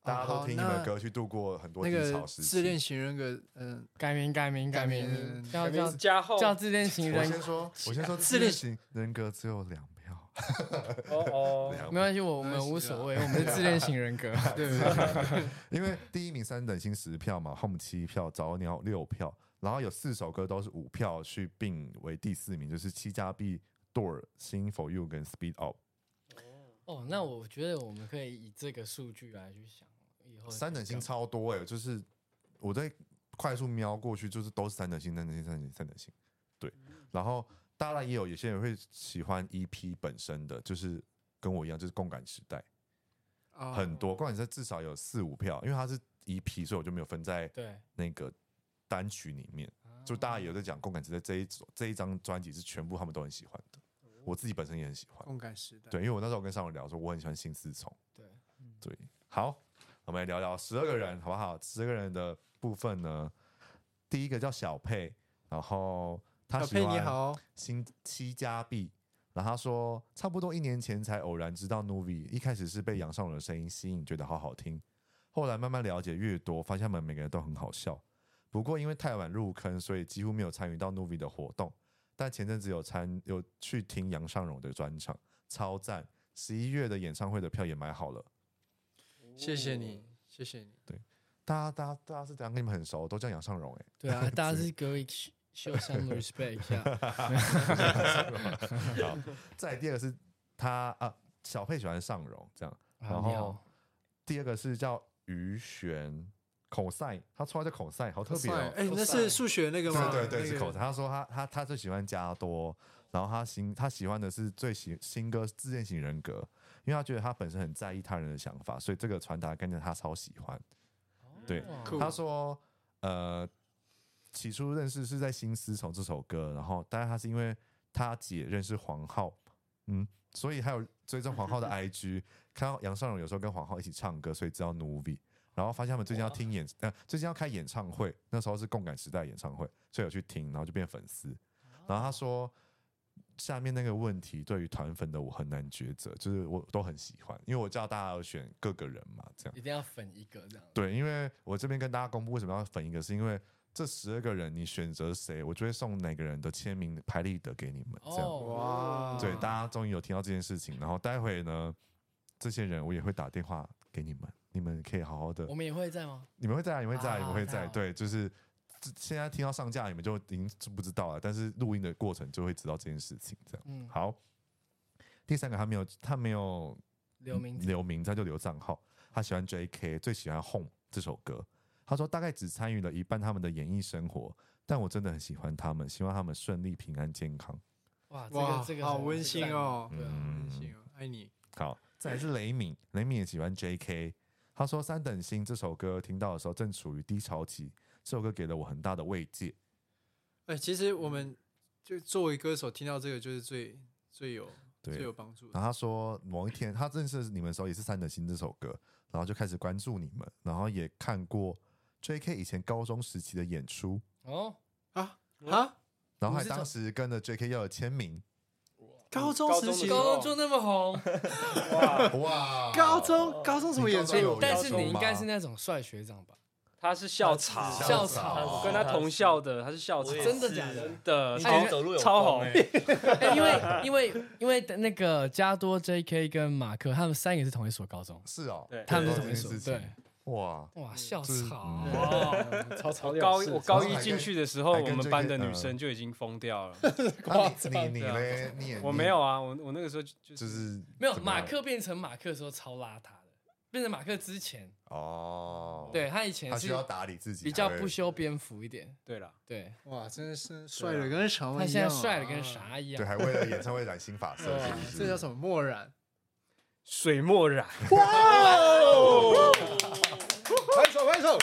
啊大家都好听你们那的歌去度过很多那低个潮时期。自恋型人格，嗯，改名改名改改名名，叫名叫字加厚叫自恋型我人，先说，哦我先说自自恋恋型人格只有两票， 哦哦，两没票，关系，我我没关们系无啊所谓，我们是自恋型人格。对对对，因为第一名三等星十票嘛，Home 七票，早鸟六票，然后有四首歌都是五票去并为第四名，就是七加 B、Door、Sing for You 跟 Speed Up。哦，那我觉得我们可以以这个数据来去想以后三等星超超多哎、就是我在快速瞄过去，就是都是三等星、三等星、三等星、三等星。对，然后当然也有有些人会喜欢 EP 本身的，就是跟我一样，就是共感时代哦很多，共感时代至少有四五票，因为它是 EP，所以我就没有分在对，那个单曲里面。啊就大家有在讲共感时代这一首这一张专辑是全部他们都很喜欢的，我自己本身也很喜欢。哦共感时代，对，因为我那时候跟尚文聊说，我很喜欢新四重。对，嗯对，好，我们来聊聊十二个人好不好？十二个人的部分呢，第一个叫小佩，然后他小喜佩你欢好，新七加币。然后他说，差不多一年前才偶然知道 Nuvi，一开始是被杨尚伦的声音吸引，觉得好好听。后来慢慢了解越多，发现他们每个人都很好笑。不过因为太晚入坑，所以几乎没有参与到 Nuvi 的活动。但前阵子有参有去听杨尚荣的专场，超赞！十一月的演唱会的票也买好了。谢谢你，谢谢你。大家大家大家是怎样跟你们很熟，都叫杨尚荣哎、对啊，大家是各位 show some respect 一下。 好，再来第二个是他啊，小佩喜欢尚荣这样，然啊你后好第二个是叫于璇孔塞，他绰号叫孔塞，好特别哦。哎，那是数学那个吗？对对对，是口口塞。他说他他他最喜欢加多，然后他喜他喜欢的是最喜新歌自恋型人格，因为他觉得他本身很在意他人的想法，所以这个传达概念他超喜欢。哦对，酷他说，呃，起初认识是在《新丝绸》这首歌，然后当然他是因为他姐认识黄浩，嗯，所以还有追踪黄浩的 IG，看到杨尚荣有时候跟黄浩一起唱歌，所以知道 Nuvi，然后发现他们最近要听演，呃，最近要开演唱会，那时候是共感时代演唱会，所以有去听，然后就变粉丝。然后他说，下面那个问题对于团粉的我很难抉择，就是我都很喜欢，因为我叫大家选各个人嘛，这样。一定要粉一个这样。对，因为我这边跟大家公布为什么要分一个，是因为这十二个人你选择谁，我就会送哪个人的签名拍立得给你们。这样，哦，哇，对，大家终于有听到这件事情。然后待会呢，这些人我也会打电话给你们，你们可以好好的我，们也会在吗？你们会在啊，你们会在啊，啊你们会太在。好对，就是这现在听到上架，你们就已经知不知道了，但是录音的过程就会知道这件事情。这样，嗯，好。第三个他没有，他没有留名字。留名，他就留账号。他喜欢 J.K.，最喜欢《Home》这首歌。他说大概只参与了一半他们的演艺生活，但我真的很喜欢他们，希望他们顺利、平安、健康。哇，这哇个这，个好很温馨。哦，对啊嗯温馨哦，爱你。好，再来是雷敏，雷敏也喜欢 J.K. 他说《三等星》这首歌听到的时候正处于低潮期，这首歌给了我很大的慰藉。哎，其实我们就作为歌手听到这个，就是最最有对啊最有帮助的。然后他说某一天他认识你们的时候也是《三等星》这首歌，然后就开始关注你们，然后也看过 J.K. 以前高中时期的演出，哦，啊啊！然你后还是从当时跟着 J.K. 要了签名。高中时期，高中就那么红，哇高中高中什么演你出高？但是你应该是那种帅学长吧？他是校 草，校他草是跟他同校的，他是校草，真的假的？的，你超走路有超风红，欸哎因为因为因为那个加多 J.K. 跟马克他们三个是同一所高中，是哦，对他们对是同一所这件事。对情，哇，啊哇，校就是草嗯哇，超潮我流 高是我高一还跟进去的时候，还我跟们 JK 班的女嗯生就已经疯掉了。那你你你对啊嘞，你也我没，有啊，我我那个时候就你就就是是没有怎么马样克变成马克的时候超邋遢的，变成马克之前，哦，，对他以前他需是要打理自己，比较还会不修边幅一点，对了，对哇，真的是帅的跟什么一样他啊？现在帅的跟啥一对，样。还为了演唱会染新发色，哇？是不是这叫什么？墨染？水墨染，哦拍手拍手！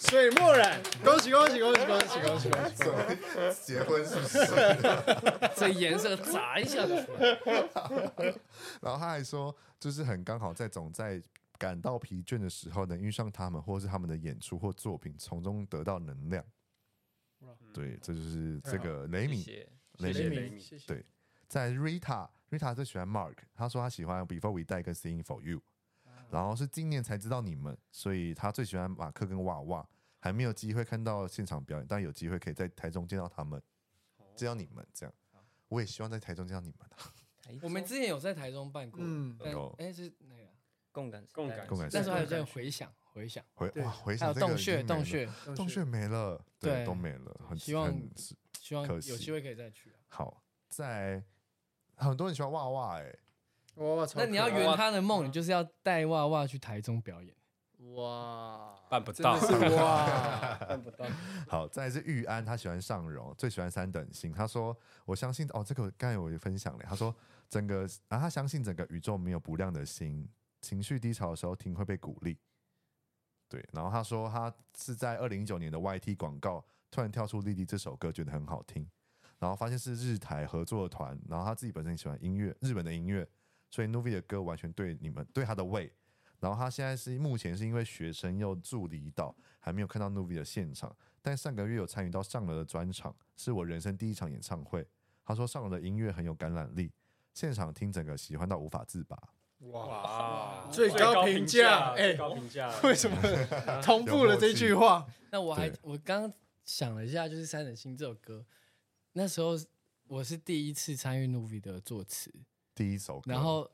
水墨染，恭喜恭喜恭喜恭喜恭喜 恭喜！怎么结婚是不是？ 这颜色砸一下就出来了。 然后他还说，就是很刚好在总在感到疲倦的时候，能遇上他们，或是他们的演出或作品，从中得到能量。嗯对，这就是这个雷米谢雷谢米雷米，谢谢。对，在 Rita Rita 最喜欢 Mark，他说他喜欢 Before We Die 跟 Sing for You，然啊后是今年才知道你们，所以他最喜欢马克跟娃娃，还没有机会看到现场表演，但有机会可以在台中见到他们，哦见到你们这样。我也希望在台中见到你们、啊，台我们中之前有在台中办过，嗯但有哎是那个，共感时代共感共感那时时代候还有在回想回想，回对哇回还想有这个洞已经穴没洞了穴，洞穴没了，对对，都没了，很希望很希望可有惜机会可以再去啊。好在。很多人喜欢娃娃哎、哇，超那你要可爱圆他的梦，你就是要带娃娃去台中表演。 哇，办不真到的，是哇，办不到。 好，再来是玉安，他喜欢尚荣，最喜欢三等星。他说：“我相信哦，这个刚才我也分享了。”他说：“整个啊，他相信整个宇宙没有不亮的星，情绪低潮的时候听会被鼓励。”对，然后他说他是在二零一九年的 YT 广告突然跳出《莉莉》这首歌，觉得很好听，然后发现是日台合作的团，然后他自己本身也喜欢音乐，日本的音乐，所以 Novi 的歌完全对你们对他的胃。然后他现在是目前是因为学生又住离岛，还没有看到 Novi 的现场，但上个月有参与到上了的专场，是我人生第一场演唱会。他说上了的音乐很有感染力，现场听整个喜欢到无法自拔。 哇，最高评价哎最高评价， 为什 么同步了这句话？那我还对我刚刚想了一下，就是《三人行》这首歌，那时候我是第一次参与 Novi 的作词，第一首歌，然后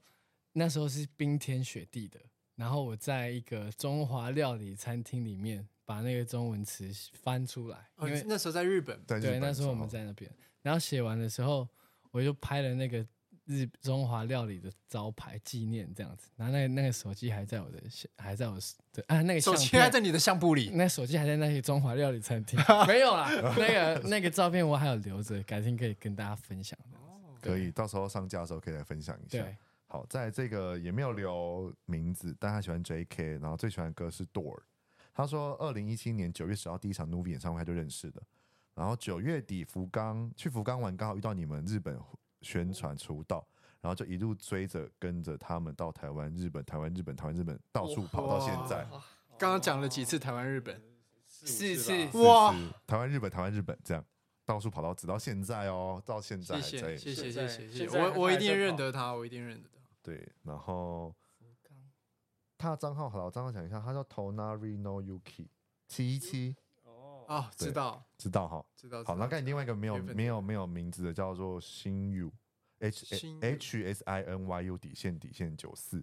那时候是冰天雪地的，然后我在一个中华料理餐厅里面把那个中文词翻出来，哦因为那时候在日本，在日对本那时候我们的在那边，然后写完的时候我就拍了那个日中华料理的招牌纪念这样子，然后那个那个手机还在我的相还在我的啊那个手相机片还在你的相簿里。那手机还在那些中华料理餐 厅，没有啦。那个那个照片我还有留着，改天可以跟大家分享的。可以，到时候上架的时候可以来分享一下对。，好，在这个也没有留名字，但他喜欢 J.K.，然后最喜欢的歌是 Door。他说，二零一七年九月十号第一场 Novi 演唱会他就认识的，然后九月底福冈去福冈玩，刚好遇到你们日本宣传出道，然后就一路追着跟着他们到台湾、日本、台湾、日本、台湾、日本，到处跑到现在。刚刚讲了几次台湾、日本，四是吧是哇，是台湾、日本、台湾、日本这样到处跑到，直到现在哦，到现在谢谢还在谢谢现谢在谢谢现谢，在我还我一在定认跑得他，我一定认得他。对，然后他账号好了，我账号讲一下，他叫 Tonari no Yuki 七一七，哦，哦，知对道知道哈？嗯知道。好，知那道看另外一个没有缘分没有没有名字的叫做新 U H 新 H S I N Y U 底线底线九四，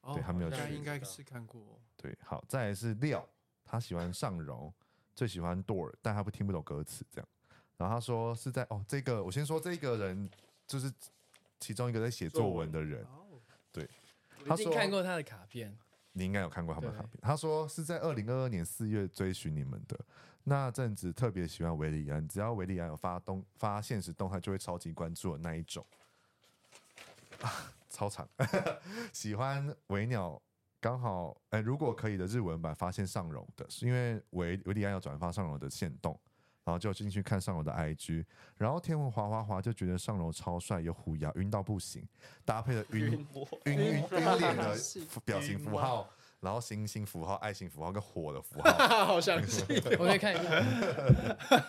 哦对还没有好像去应该知道是看过。对，好，再来是廖，他喜欢上荣，最喜欢 Door，但他不听不懂歌词这样。然后他说是在哦，这个我先说这个人就是其中一个在写作文的人，哦，我他一定说看过他的卡片，你应该有看过他们的卡对片。他说是在二零二二年四月追寻你们的那阵子，特别喜欢维里安，只要维里安有发动发现实动态，就会超级关注的那一种。 啊、超长， 喜欢维鸟。刚好，哎、如果可以的日文版发现上荣的，是因为维维里安要转发上荣的线动，然后就进去看上荣的 IG，然后天文滑滑滑就觉得上荣超帅，有虎牙晕到不行，搭配了晕晕晕晕脸的表情符 号，然后星星符号、爱心符号跟火的符号，好详细。 我可以看一下。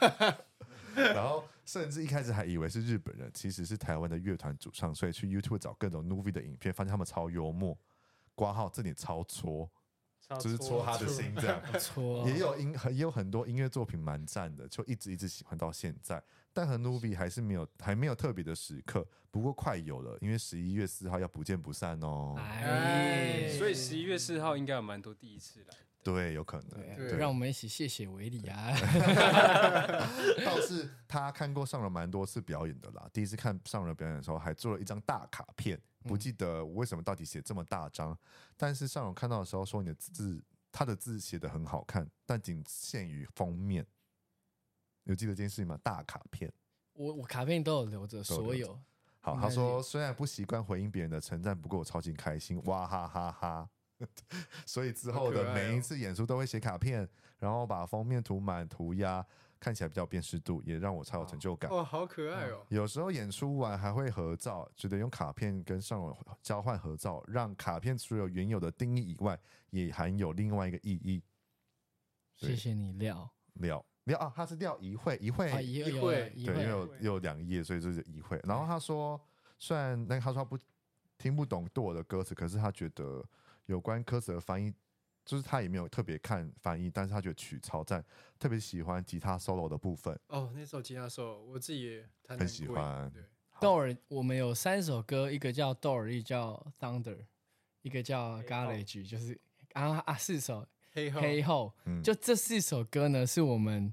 然后甚至一开始还以为是日本人，其实是台湾的乐团主唱，所以去 YouTube 找各种 Novi 的影片，发现他们超幽默，挂号这点超戳，就是戳他的心这样。错， 也有音，也有很多音乐作品蛮赞的，就一直一直喜欢到现在。但和 Novi 还是没有，还没有特别的时刻，不过快有了，因为十一月四号要不见不散哦。哎，所以十一月四号应该有蛮多第一次来，对，有可能。对，让我们一起谢谢维里 啊。 倒是他看过上了蛮多次表演的啦。第一次看上了表演的时候，还做了一张大卡片，嗯不记得我为什么到底写这么大张。但是上荣看到的时候说你的字，他的字写的很好看，但仅限于封面。有记得这件事情吗？大卡片。我我卡片都有留着，都有所留着有好，应他该是说有虽然不习惯回应别人的称赞，不过我超级开心，哇哈哈哈。 所以之好后可爱的哦每一次演出都会写卡片，然后把封面涂满涂鸦，看起来比较有辨识度，也让我超有成就感。哦，好可爱哦。有时候演出完还会合照，觉得用卡片跟上网交换合照，让卡片除了原有的定义以外，也含有另外一个意义。对谢谢你廖，廖廖啊，他是廖一会一会，啊，一一有会了一对，因为会，有有两页，所以就是一会。然后他说，虽然那个他说他不听不懂对我的歌词，可是他觉得有关歌词的翻译，就是他也没有特别看翻译，但是他觉得曲超赞，特别喜欢吉他 solo 的部分。哦，那首吉他手我自己也弹很得喜过瘾欢对，豆儿，我们有三首歌，一个叫豆儿，一个叫 Thunder，一个叫 Garage，就是啊啊四首黑后黑后，嗯，就这四首歌呢，是我们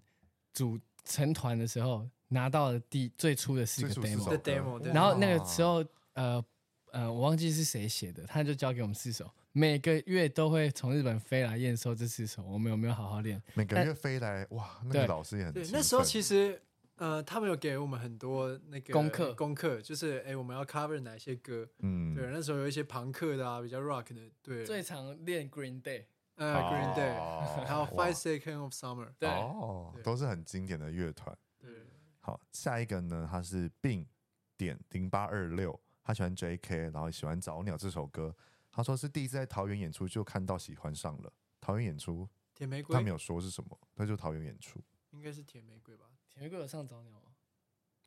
组成团的时候拿到的第最初的四个最初四 demo，的首歌哦 demo，对然后那个时候呃呃，我忘记是谁写的，他就交给我们四首，每个月都会从日本飞来验收这四首，我们有没有好好练？每个月飞来，哇，那个对老师也很对，勤那时候奋其实呃，他们有给我们很多那个功课功课就是哎，我们要 cover 哪些歌。嗯，对，那时候有一些朋克的啊，比较 rock 的，对，最常练 Green Day，呃 Green Day，还有 Five Seconds of Summer，对哦，都是很经典的乐团。对，好，下一个呢，他是病点零八二六，他喜欢 J.K.，然后喜欢《早鸟》这首歌。他说是第一次在桃园演出就看到喜欢上了。桃园演出，铁玫瑰他没有说是什么，那就桃园演出。应该是甜玫瑰吧？甜玫瑰有上早鸟吗？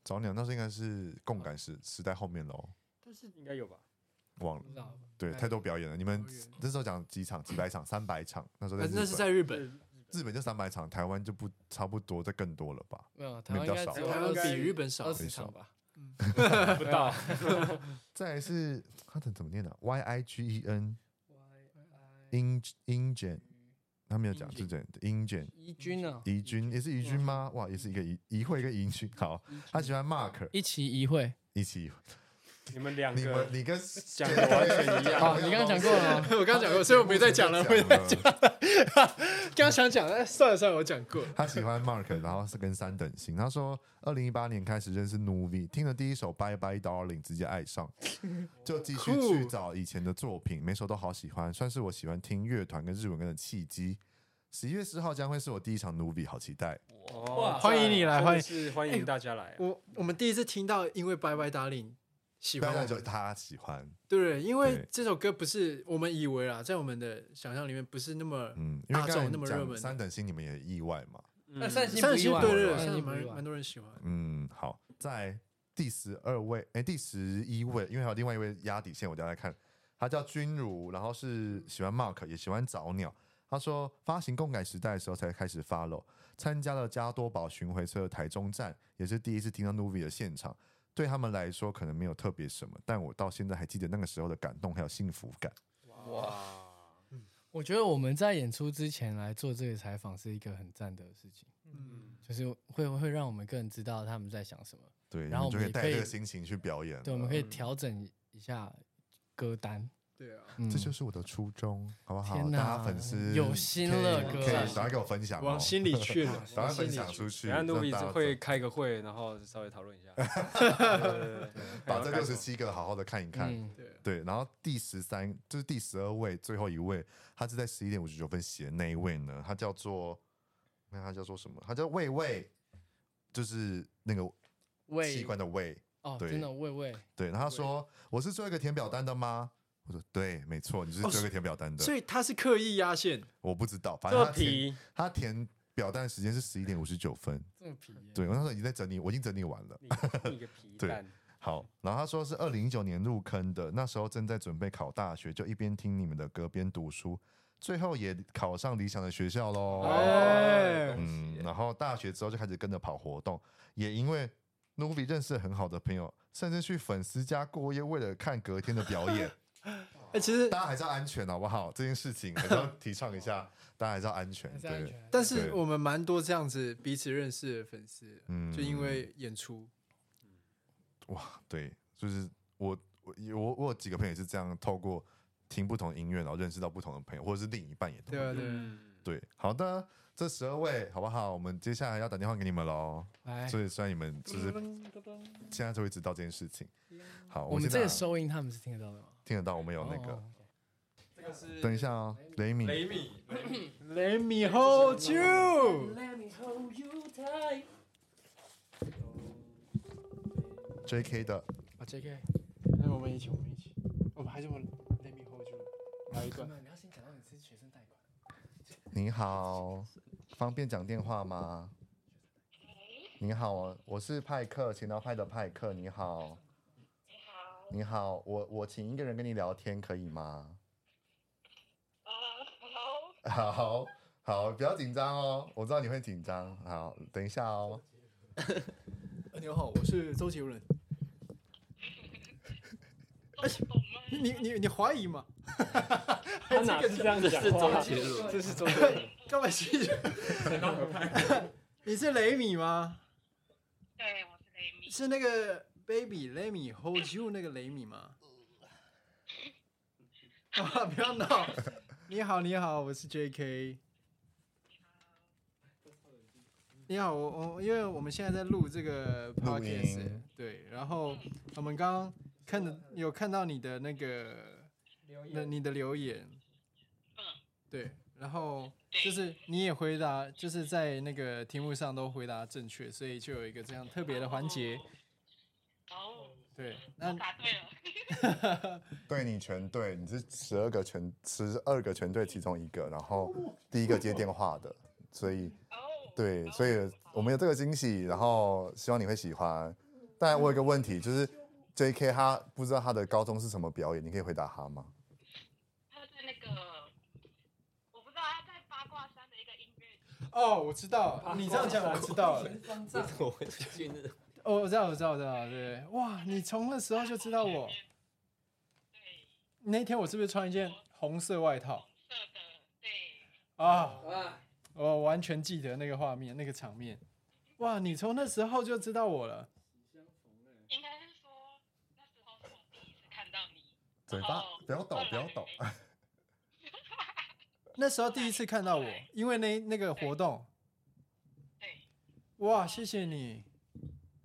早鸟那是应该是共感时时代后面喽，但是应该有吧？忘了不。知道，对，哎太多表演了。你们好远那时候讲几场，几百场，三百场，那时候呃在日本，那是在日本，日日本就三百场，台湾就不差不多，再更多了吧？没有台湾应该只有台湾20比日本少二十很少场吧？本不到，再来是他怎怎么念的、y I G E N In Ingen，他没有讲是这样的 Ingen 宜君啊，怡君也是怡君吗？哇，也是一个怡怡慧跟怡君。好，他喜欢 Mark 一期一会一起。你们两你们个 你跟讲的完全一 样。哦，你刚刚讲过了吗？我刚刚讲过，所以我没再 讲了。我讲了 刚刚想讲，哎，算了算了，我讲过。他喜欢 Mark，然后是跟三等星。他说，二零一八年开始认识 Nuvi，听了第一首《Bye Bye Darling》，直接爱上，就继续酷去找以前的作品，每首都好喜欢，算是我喜欢听乐团跟日文歌的契机。十一月四号将会是我第一场 Nuvi，好期待！哇欢迎你来欢迎是欢迎哎大家来。啊嗯我我们第一次听到，因为《拜拜 Darling》喜欢当我然就们，他喜欢，对不对？因为对这首歌不是我们以为啦，在我们的想象里面不是那么嗯，因为大刚才众那么热讲门。三等星，你们也意外嘛？那嗯三十七三十七不意外对对三对，三十十七七不蛮意外蛮多人喜欢。嗯，好，在第十二位，哎、第十一位，因为还有另外一位压底线，我等一下来看，他叫君如，然后是喜欢 Mark，也喜欢早鸟。他说发行共感时代的时候才开始 follow，参加了加多宝巡回车的台中站，也是第一次听到 Nuvi 的现场。对他们来说可能没有特别什么，但我到现在还记得那个时候的感动还有幸福感。哇，我觉得我们在演出之前来做这个采访是一个很赞的事情，嗯，就是会会让我们更知道他们在想什么。对，然后你就我们可以也带可以这个心情去表演了。嗯对，我们嗯可以调整一下歌单。对啊。嗯这就是我的初衷，好不好？天大哪家粉丝有心了可哥以可以赶快给我分享、哦，往心里去了，赶往快心分里去享出去，等下让 Nubi 大家会开个会，然后稍微讨 论一下。把这六十七个好好的看一看。嗯，对，对，然后第十三就是第十二位，最后一位，他是在十一点五十九分写的那一位呢，他叫做，那他叫做什么？他叫魏魏，就是那个器喂，官的魏。哦，对真的喂喂，对，然后他说我是做一个填表单的吗？我说对，没错，你是哦做一个填表单的。所以他是刻意压线，我不知道，反这正啊么他填皮，他填表单的时间是十一点五十九分。这么皮耶，对，我那时候已经在整理，我已经整理完了。你个你个皮蛋，好，然后他说是二零一九年入坑的，那时候正在准备考大学，就一边听你们的歌边读书，最后也考上理想的学校哦喽。哎恭喜嗯，然后大学之后就开始跟着跑活动，也因为 Novi 认识了很好的朋友，甚至去粉丝家过夜，为了看隔天的表演。哎，其实大家还是要安全好不好？这件事情还是要提倡一 下，大家还是要安全。还是安对，全。但对是我们蛮多这样子彼此认识的粉丝，嗯就因为演出，哇，对，就是我我我我有几个朋友也是这样，透过听不同的音乐，然后认识到不同的朋友，或者是另一半也同对啊，对啊，嗯，对，好的，这十二位好不好？我们接下来要打电话给你们喽。来，所以虽然你们就是现在就会知道这件事情。好，我们现这在个收音他们是听得到的吗？听得到，我们有那个。哦这个是等一下哦，雷米，雷米， Let me hold you。 J.K. 的，啊，J.K.，那我们一起，我们一起，我们还是我们 Let me hold you。来一段，你要先讲到你是学生贷款。你好，方便讲电话吗？你好，我是派克，勤劳派的派克，你好。你好。你好，我我请一个人跟你聊天，可以吗？好好，不要紧张哦，我知道你会紧张。好，等一下哦。呃你好，我是周杰伦。哎你你你怀疑吗？他哪是这样子讲话？这是周杰 伦这是周杰伦。干嘛去？ 你是雷米吗？对，我是雷米。是那个 Baby Let me hold you 那个雷米吗？嗯啊，不要闹！你好，你好，我是 J.K。你好，我我因为我们现在在录这个录 podcast，音对，然后我们刚刚看的有看到你的那个那你的留言，嗯，对，然后对就是你也回答，就是在那个题目上都回答正确，所以就有一个这样特别的环节，哦，对，那我答对了。对你全对，你是十二个全十二个全对其中一个，然后第一个接电话的，所以哦，对，所以我们有这个惊喜，然后希望你会喜欢。当然，我有一个问题，就是 J.K. 他不知道他的高中是什么表演，你可以回答他吗？他在那个，我不知道他在八卦山的一个音乐节，哦，我知道，你这样讲我知道了。我会去那个哦，我知道，我知道，我知道，对。哇，你从那时候就知道我。对，那天我是不是穿一件红色外套色的，对，啊？我完全记得那个画面，那个场面。哇，你从那时候就知道我了。应该是说那时候是我第一次看到你，嘴巴哦不要抖，不要抖。那时候第一次看到我，因为那那个活动。对，哇，谢谢你。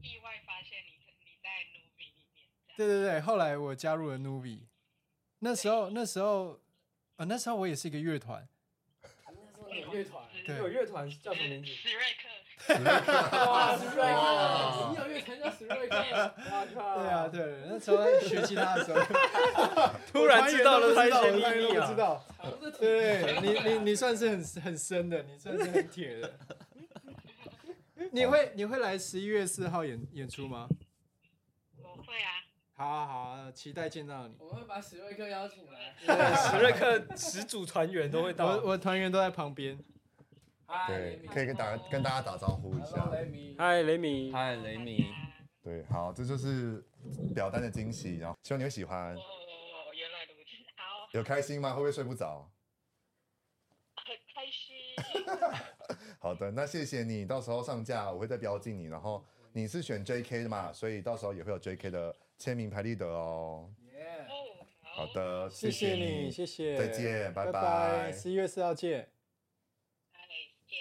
意外发现你你在努比里面，这样对对对，后来我加入了 Nuvi，那时候那时候呃那时候我也是一个乐团，有乐团对对有乐团叫什么 名字？史瑞克，哇，史瑞哇克，你有乐团叫史瑞克，哇靠！对啊，对，那时候在学吉他的 时候，突然知道了他他一些我完秘全密都不啊知！道。藏着挺对你你你算是很很深的，你算是很铁 的。你会你会来十一月四号演演出吗？我会啊，好啊好啊，期待见到你。我们会把史瑞克邀请来。对 史瑞克始祖团员都会我到。我团员都在旁边。对，可以跟大家跟大家打招呼一下。嗨，雷米，嗨，啊雷米，对，好，这就是表单的惊喜，然后希望你会喜欢。哦，原来如此，好，有开心吗？会不会睡不着？很开 心，好的，那谢谢你，到时候上架我会再标记你。然后你是选 J.K. 的嘛，所以到时候也会有 J.K. 的签名拍立得哦。哦，好好。的，谢谢你，谢谢，再见拜拜拜十一月四号见。哎，耶。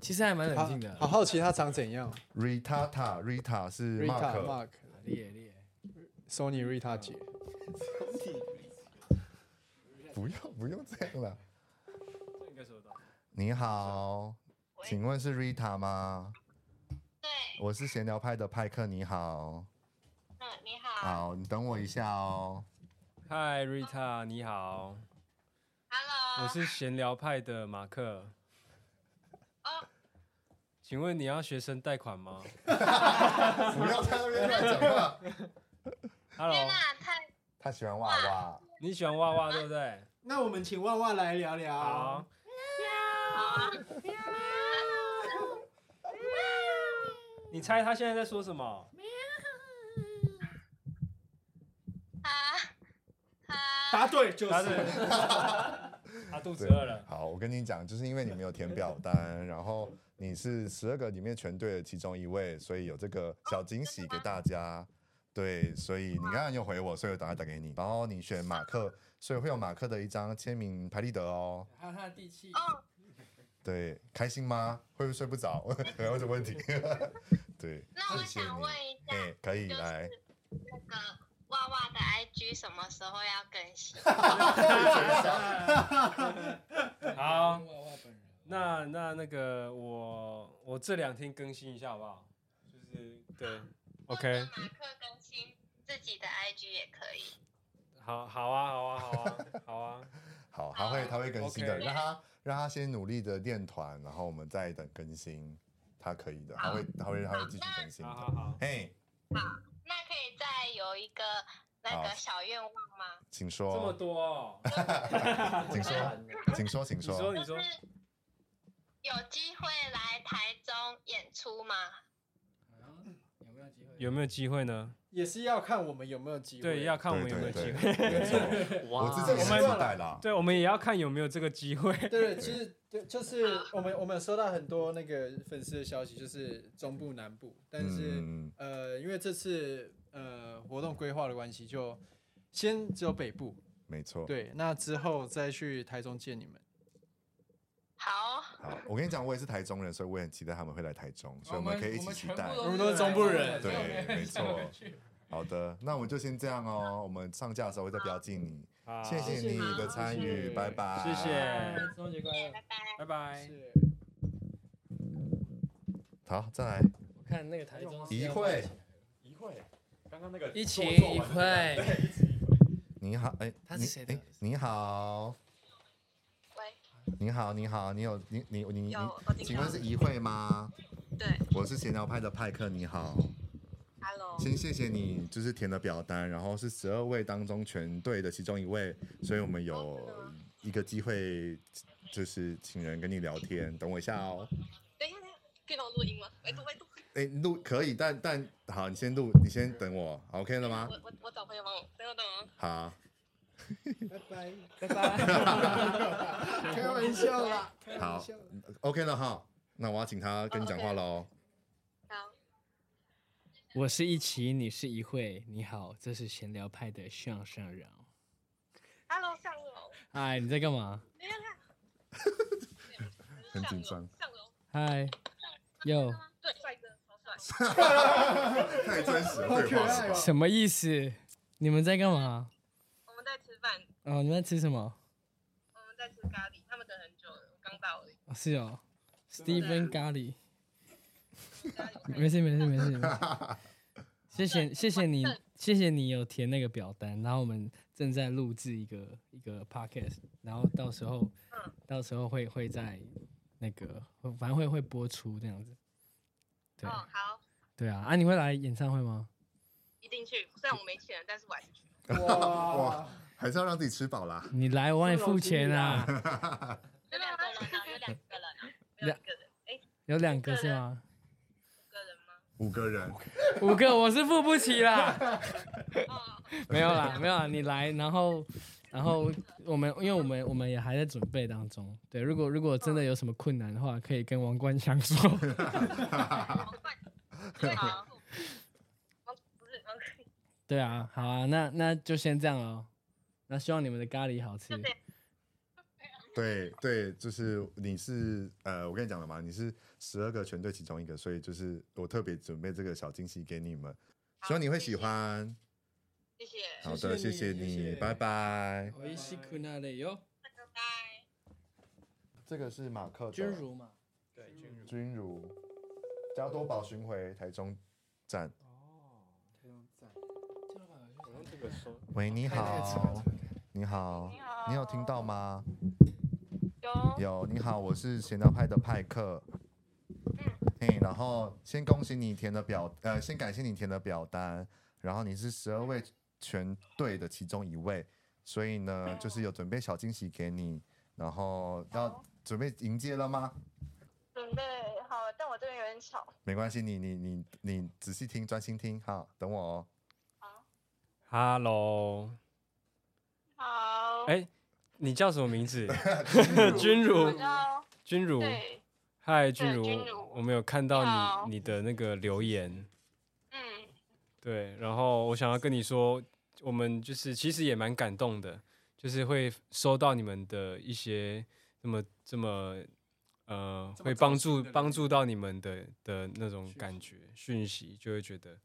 其实还蛮冷好静的，好好奇他长怎样 Rita Ta Rita 是？Rita Mark， Mark 烈烈。 Sony Rita 姐，不用不用这样了。应该收到。你好，请问是 Rita 吗？对，我是闲聊派的派克，你好。嗯，你好。好，你等我一下哦。嗨，Rita，你好， Hello。我是闲聊派的马克。哦请问你要学生贷款吗不要在那边乱讲话。天哦？Hello，哪，太他喜欢娃娃，你喜欢娃娃对不对？那我们请万万来聊聊。啊好，你猜他现在在说什么？啊啊！答对就他是是。 他肚子对饿了。好，我跟你讲，就是因为你没有填表单，然后你是十二个里面全对的其中一位，所以有这个小惊喜给大家。对，所以你刚刚有回我，所以我打快打给你。然后你选马克，所以会有马克的一张签名拍立得哦。还有他的地契，哦，对，开心 吗？会不会睡不着？没有什么问题。对，那我谢谢想你问一下，哎、可以就是来。那个娃娃的 IG 什么时候要更 新？好，娃娃本人。那那那个我我这两天更新一下好不好？就是对或者，OK，马克更新自己的 IG 也可以。好好啊，好啊， 好啊，好啊。好，他会他会更新的， OK 让他让他先努力的练团，然后我们再等更新，他可以的，他会他会他会继续更新好的。好好，嘿，那可以再有一个那好个小愿望吗？请这么说，多、哦，请说，请说，请你说说。 你就说，是有机会来台中演出吗？有没有机会？有没有机会呢？也是要看我们有没有机会。对，要看我们有没有机对会。对，没错， 我自己也是我们期待啦。对，我们也要看有没有这个机会。对对，其实对，就是我们我们有收到很多那个粉丝的消息，就是中部、南部，但是、嗯，呃，因为这次呃活动规划的关系，就先只有北部，没错。对，那之后再去台中见你们。好，好，我跟你讲，我也是台中人，所以我也很期待他们会来台中，所以我们可以一起期待。我们都是中部人对，没错。好的，那我们就先这样哦。我们上架的时候会再标记你。好，谢谢你的参与，谢拜拜。谢谢，中秋节快乐！拜拜。拜拜。是。好，再来。我看那个台中啊一会，一会，刚刚那个一起一会，你好，哎、他你是谁的哎、你好，喂，你好，你好，你有你你你有你，我听请到问是一会吗？对我是闲聊派的派克，你好， ，Hello，先谢谢你就是填的表单，然后是十二位当中全对的其中一位，所以我们有一个机会就是请人跟你聊天，等我一下哦。等一下，等一下可以让我录音吗？喂，喂，喂，哎，录可以，但但好，你先录，你先等我好，OK 了吗我？我我找朋友帮我，等我等我。好，开玩笑啦，好，OK 了哈，那我要请他跟你讲话喽。好，我是一奇，你是一会，你好，这是闲聊派的向上饶。 ，Hello，上楼，嗨，你在干嘛？等一下，很紧张上楼，嗨，哟，对，帅哥，好帅。太真实了，对话是吧？什么意思？你们在干嘛？我们在吃饭，哦，你们在吃什么？我们在吃咖喱，他们等很久了，我刚到而已。哦是哦，Stephen 咖喱，咖喱我看一下 没事没事没事。没 事谢谢谢谢你谢谢你有填那个表单，然后我们正在录制一个一个 podcast，然后到时候嗯到时候会会在那个反正会会播出这样子。对哦，好，对啊，啊你会来演唱会吗？一定去。虽然我没钱，但是我还 是去。哇，还是要让自己吃饱啦。你来我帮你付钱啊。有两个人啊，有两个人啊，没有一个人，哎，有两个是吗？五个 人吗？五个人，五个我是付不起啦，哦，没有啦，没有啦，你来，然后，然后我们，因为我们我们也还在准备当中，对，如果如果真的有什么困难的话，可以跟王冠祥说，好快，对啊，王不是王冠，对啊，好啊，那那就先这样咯。那希望你们的咖喱好吃就，这样。对对，就是你是呃，我跟你讲了嘛，你是十二个全队其中一个，所以就是我特别准备这个小惊喜给你们，希望你会喜欢。谢谢，好的，谢谢谢谢你谢你，谢拜拜。我是库纳雷哟，拜拜。这个是马克的君如嘛，对，君如君如，加多宝巡回台中站。好像这个说喂，你好，你好，你有听到吗？有有，你好，我是闲聊派的派克。嗯，然后先恭喜你填的表，呃，先感谢你填的表单，然后你是十二位全队的其中一位，所以呢，就是有准备小惊喜给你，然后要准备迎接了吗？准备好，但我这边有点吵。没关系，你你你你仔细听，专心听，好，等我哦。 ，Hello，好，哎、你叫什么名 字？君如我，叫君如，对，嗨，君对如君如，我们有看到你好你你的那个留言，嗯， 对，然后我想要跟你说，我们就是其实也蛮感动的，就是会收到你们的一些这么这么呃，这么会走帮心助的帮留助到你们的的那种感觉讯息，就会觉得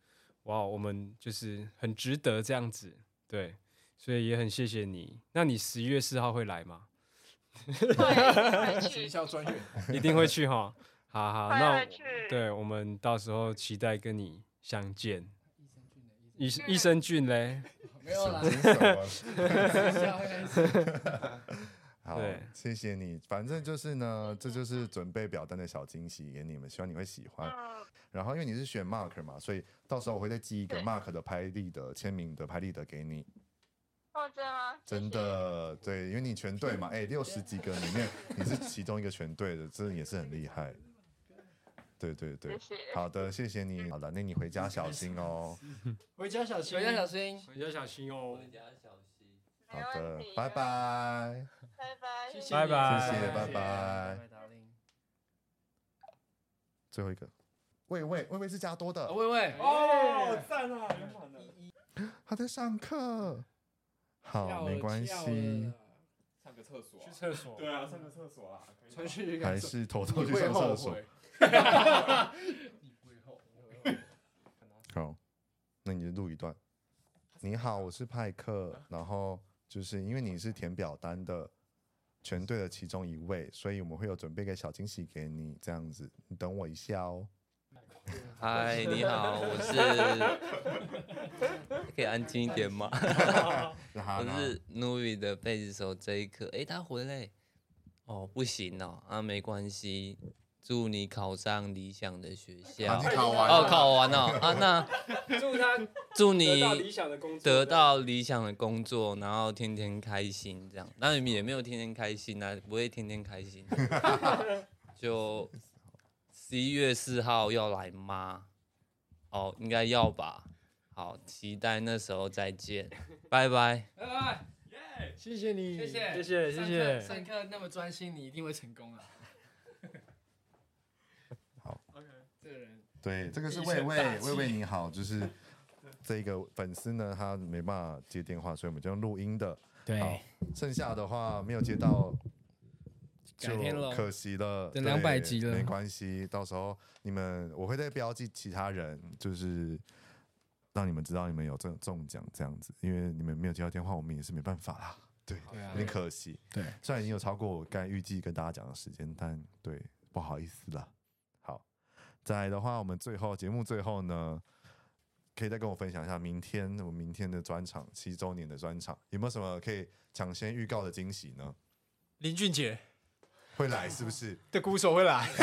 哇，我们就是很值得这样子，对，所以也很谢谢你。那你十一月四号会来吗？快快学去，校专员，一定会去哈，好好，快那我快去，对，我们到时候期待跟你相见。益益生菌嘞，没有啦，惊悚啊哦 好对，谢谢你。反正就是呢，这就是准备表单的小惊喜给你们，希望你会喜嗯欢。然后因为你是选 Mark 嘛，所以到时候我会再寄一个对 Mark 的拍立得、签名的拍立得给你。哦，真的吗？谢谢真，的，对，因为你全 队嘛，哎，六十几个里面你是其中一个全队的，这也是很厉害。对对对谢，谢，好的，谢谢嗯你。好了，那你回家小心哦。回家小心，回家小心，要小心哦回家小心。好 没问的题，，拜，拜。拜拜，谢谢拜拜，谢谢拜拜拜达令，最后一个，喂喂喂喂是加多的啊，喂喂，哦，赞啊，圆满了。他在上课。好，没关系，上个厕所啊去厕所。对啊，上个厕所啊，可以吧传 讯息给他还是偷偷你去会上后厕所 悔。。好，那你就录一段。你好，我是派克，然后就是因为你是填表单的全队的其中一位，所以我们会有准备个小惊喜给你，这样子，你等我一下哦。嗨，你好，我是。可以安静一点吗？我我是 Nui 的贝斯手这一刻，诶，他回来，哦，不行哦，啊，没关系，祝你考上理想的学啊校你。考完哦，了，考完了、啊， 那祝他祝得到理你想的工作，得到理想的工作，然后天天开心这样。那你们也没有天天开心啊，不会天天开心。 就十一月四号要来吗？哦，应该要吧。好，期待那时候再见，拜拜。拜拜，谢谢你，谢谢，谢谢谢谢上课上课那么专心，你一定会成功啊。 好，OK，这个人对，这个是一魏身大魏气魏魏你好，就是这个粉丝呢，他没办法接电话，所以我们就用录音的。好，剩下的话没有接到，改天就咯可惜了，等对200集了没关系，到时候你们我会再标记其他人，就是让你们知道你们有中中奖这样子，因为你们没有接到电话，我们也是没办法啦，对，对啊有点可惜。对，虽然已经有超过我该预计跟大家讲的时间，但对，不好意思啦。好，再来的话，我们最后节目最后呢，可以再跟我分享一下明天我们明天的专场七周年的专场有没有什么可以抢先预告的惊喜呢？林俊杰会来是不 是？的鼓手会来，为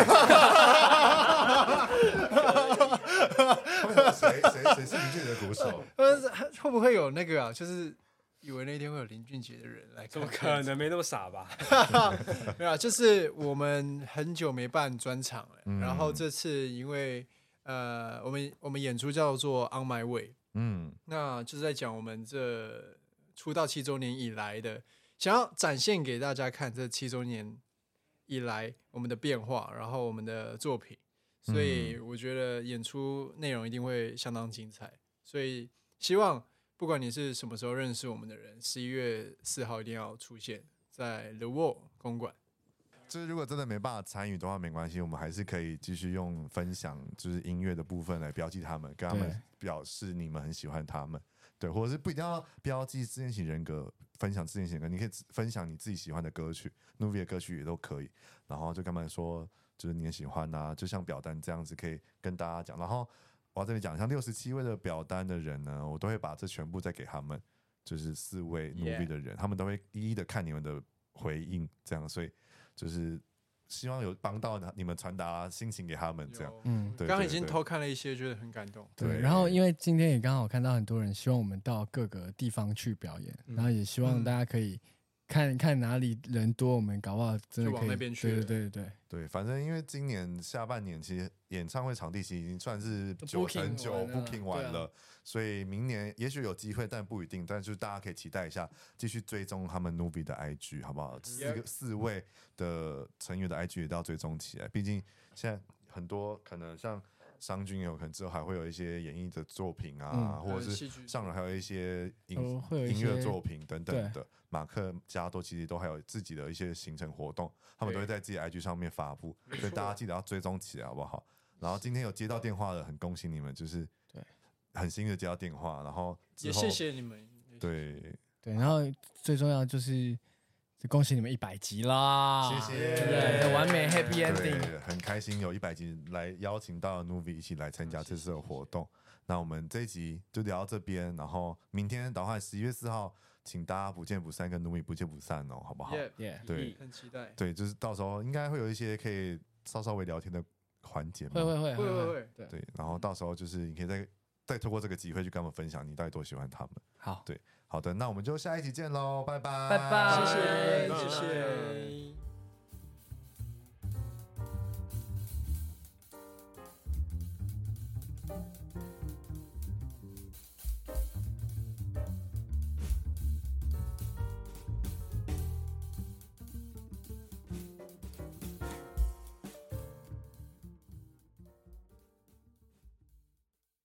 什么谁谁谁是明俊杰的鼓 手？呃会不会有那个啊？就是以为那天会有林俊杰的人来看，怎么可能没那么傻吧？没有啊，就是我们很久没办专场了，嗯然后这次因为呃，我们我们演出叫做《On My Way》，嗯，那就是在讲我们这出道七周年以来的，想要展现给大家看这七周年以来我们的变化，然后我们的作品，所以嗯我觉得演出内容一定会相当精彩，所以希望不管你是什么时候认识我们的人，十一月四号一定要出现在 The Wall 公馆。就是如果真的没办法参与的话，没关系，我们还是可以继续用分享，就是音乐的部分来标记他们，跟他们对表示你们很喜欢他们，对，或者是不一定要标记自恋型人格，分享自恋型人格，你可以只分享你自己喜欢的歌曲，Nuvi 的歌曲也都可以，然后就跟他们说，就是你也喜欢啊，就像表单这样子，可以跟大家讲。然后我要这里讲，像六十七位的表单的人呢，我都会把这全部再给他们，就是四位 Yeah Nuvi 的人他们都会一一的看你们的回应，这样，所以就是希望有帮到你们传达心情给他们这样。有嗯对刚刚对已经对偷看了一些，觉得很感动。对，对然后因为今天也刚好看到很多人希望我们到各个地方去表演，然后也希嗯望大家可以看、看哪里人多，我们搞不好真的就往可以那边去对了对对对对，反正因为今年下半年其实演唱会场地其实已经算是都九 booking 成九完了 booking 对完啊了，所以明年也许有机会，但不一定。但就是大家可以期待一下，继续追踪他们 Nubi 的 IG 好不嗯好？四个四位的成员的 IG 也都要追踪起来，毕竟现在很多可能像商君有可能之后还会有一些演艺的作品啊，嗯或者呃是戏剧上人还有一些都音哦会有一音乐些作品等等对的。马克加多其实都还有自己的一些行程活动，他们都会在自己的 IG 上面发布，所以大家记得要追踪起来，好不好？然后今天有接到电话的，很恭喜你们，就是对，很幸运的接到电话，然后之也后谢谢你们。对，对，然后最重要就是恭喜你们一百集啦，谢谢啊对不对，完美 happy ending，对，很开心有一百集来邀请到 Nuvi 一起来参加这次的活动。那我们这一集就聊到这边，然后明天打算十一月四号，请大家不见不散，跟 Nuvi 不见不散哦，好不好？耶，耶对很期待。对，就是到时候应该会有一些可以稍稍微聊天的环节嘛，会会会会会会会对，对，然后到时候就是你可以再再通过这个机会去跟他们分享你到底多喜欢他们。好，好的，那我们就下一集见喽，拜拜，拜拜，谢拜谢，拜谢谢。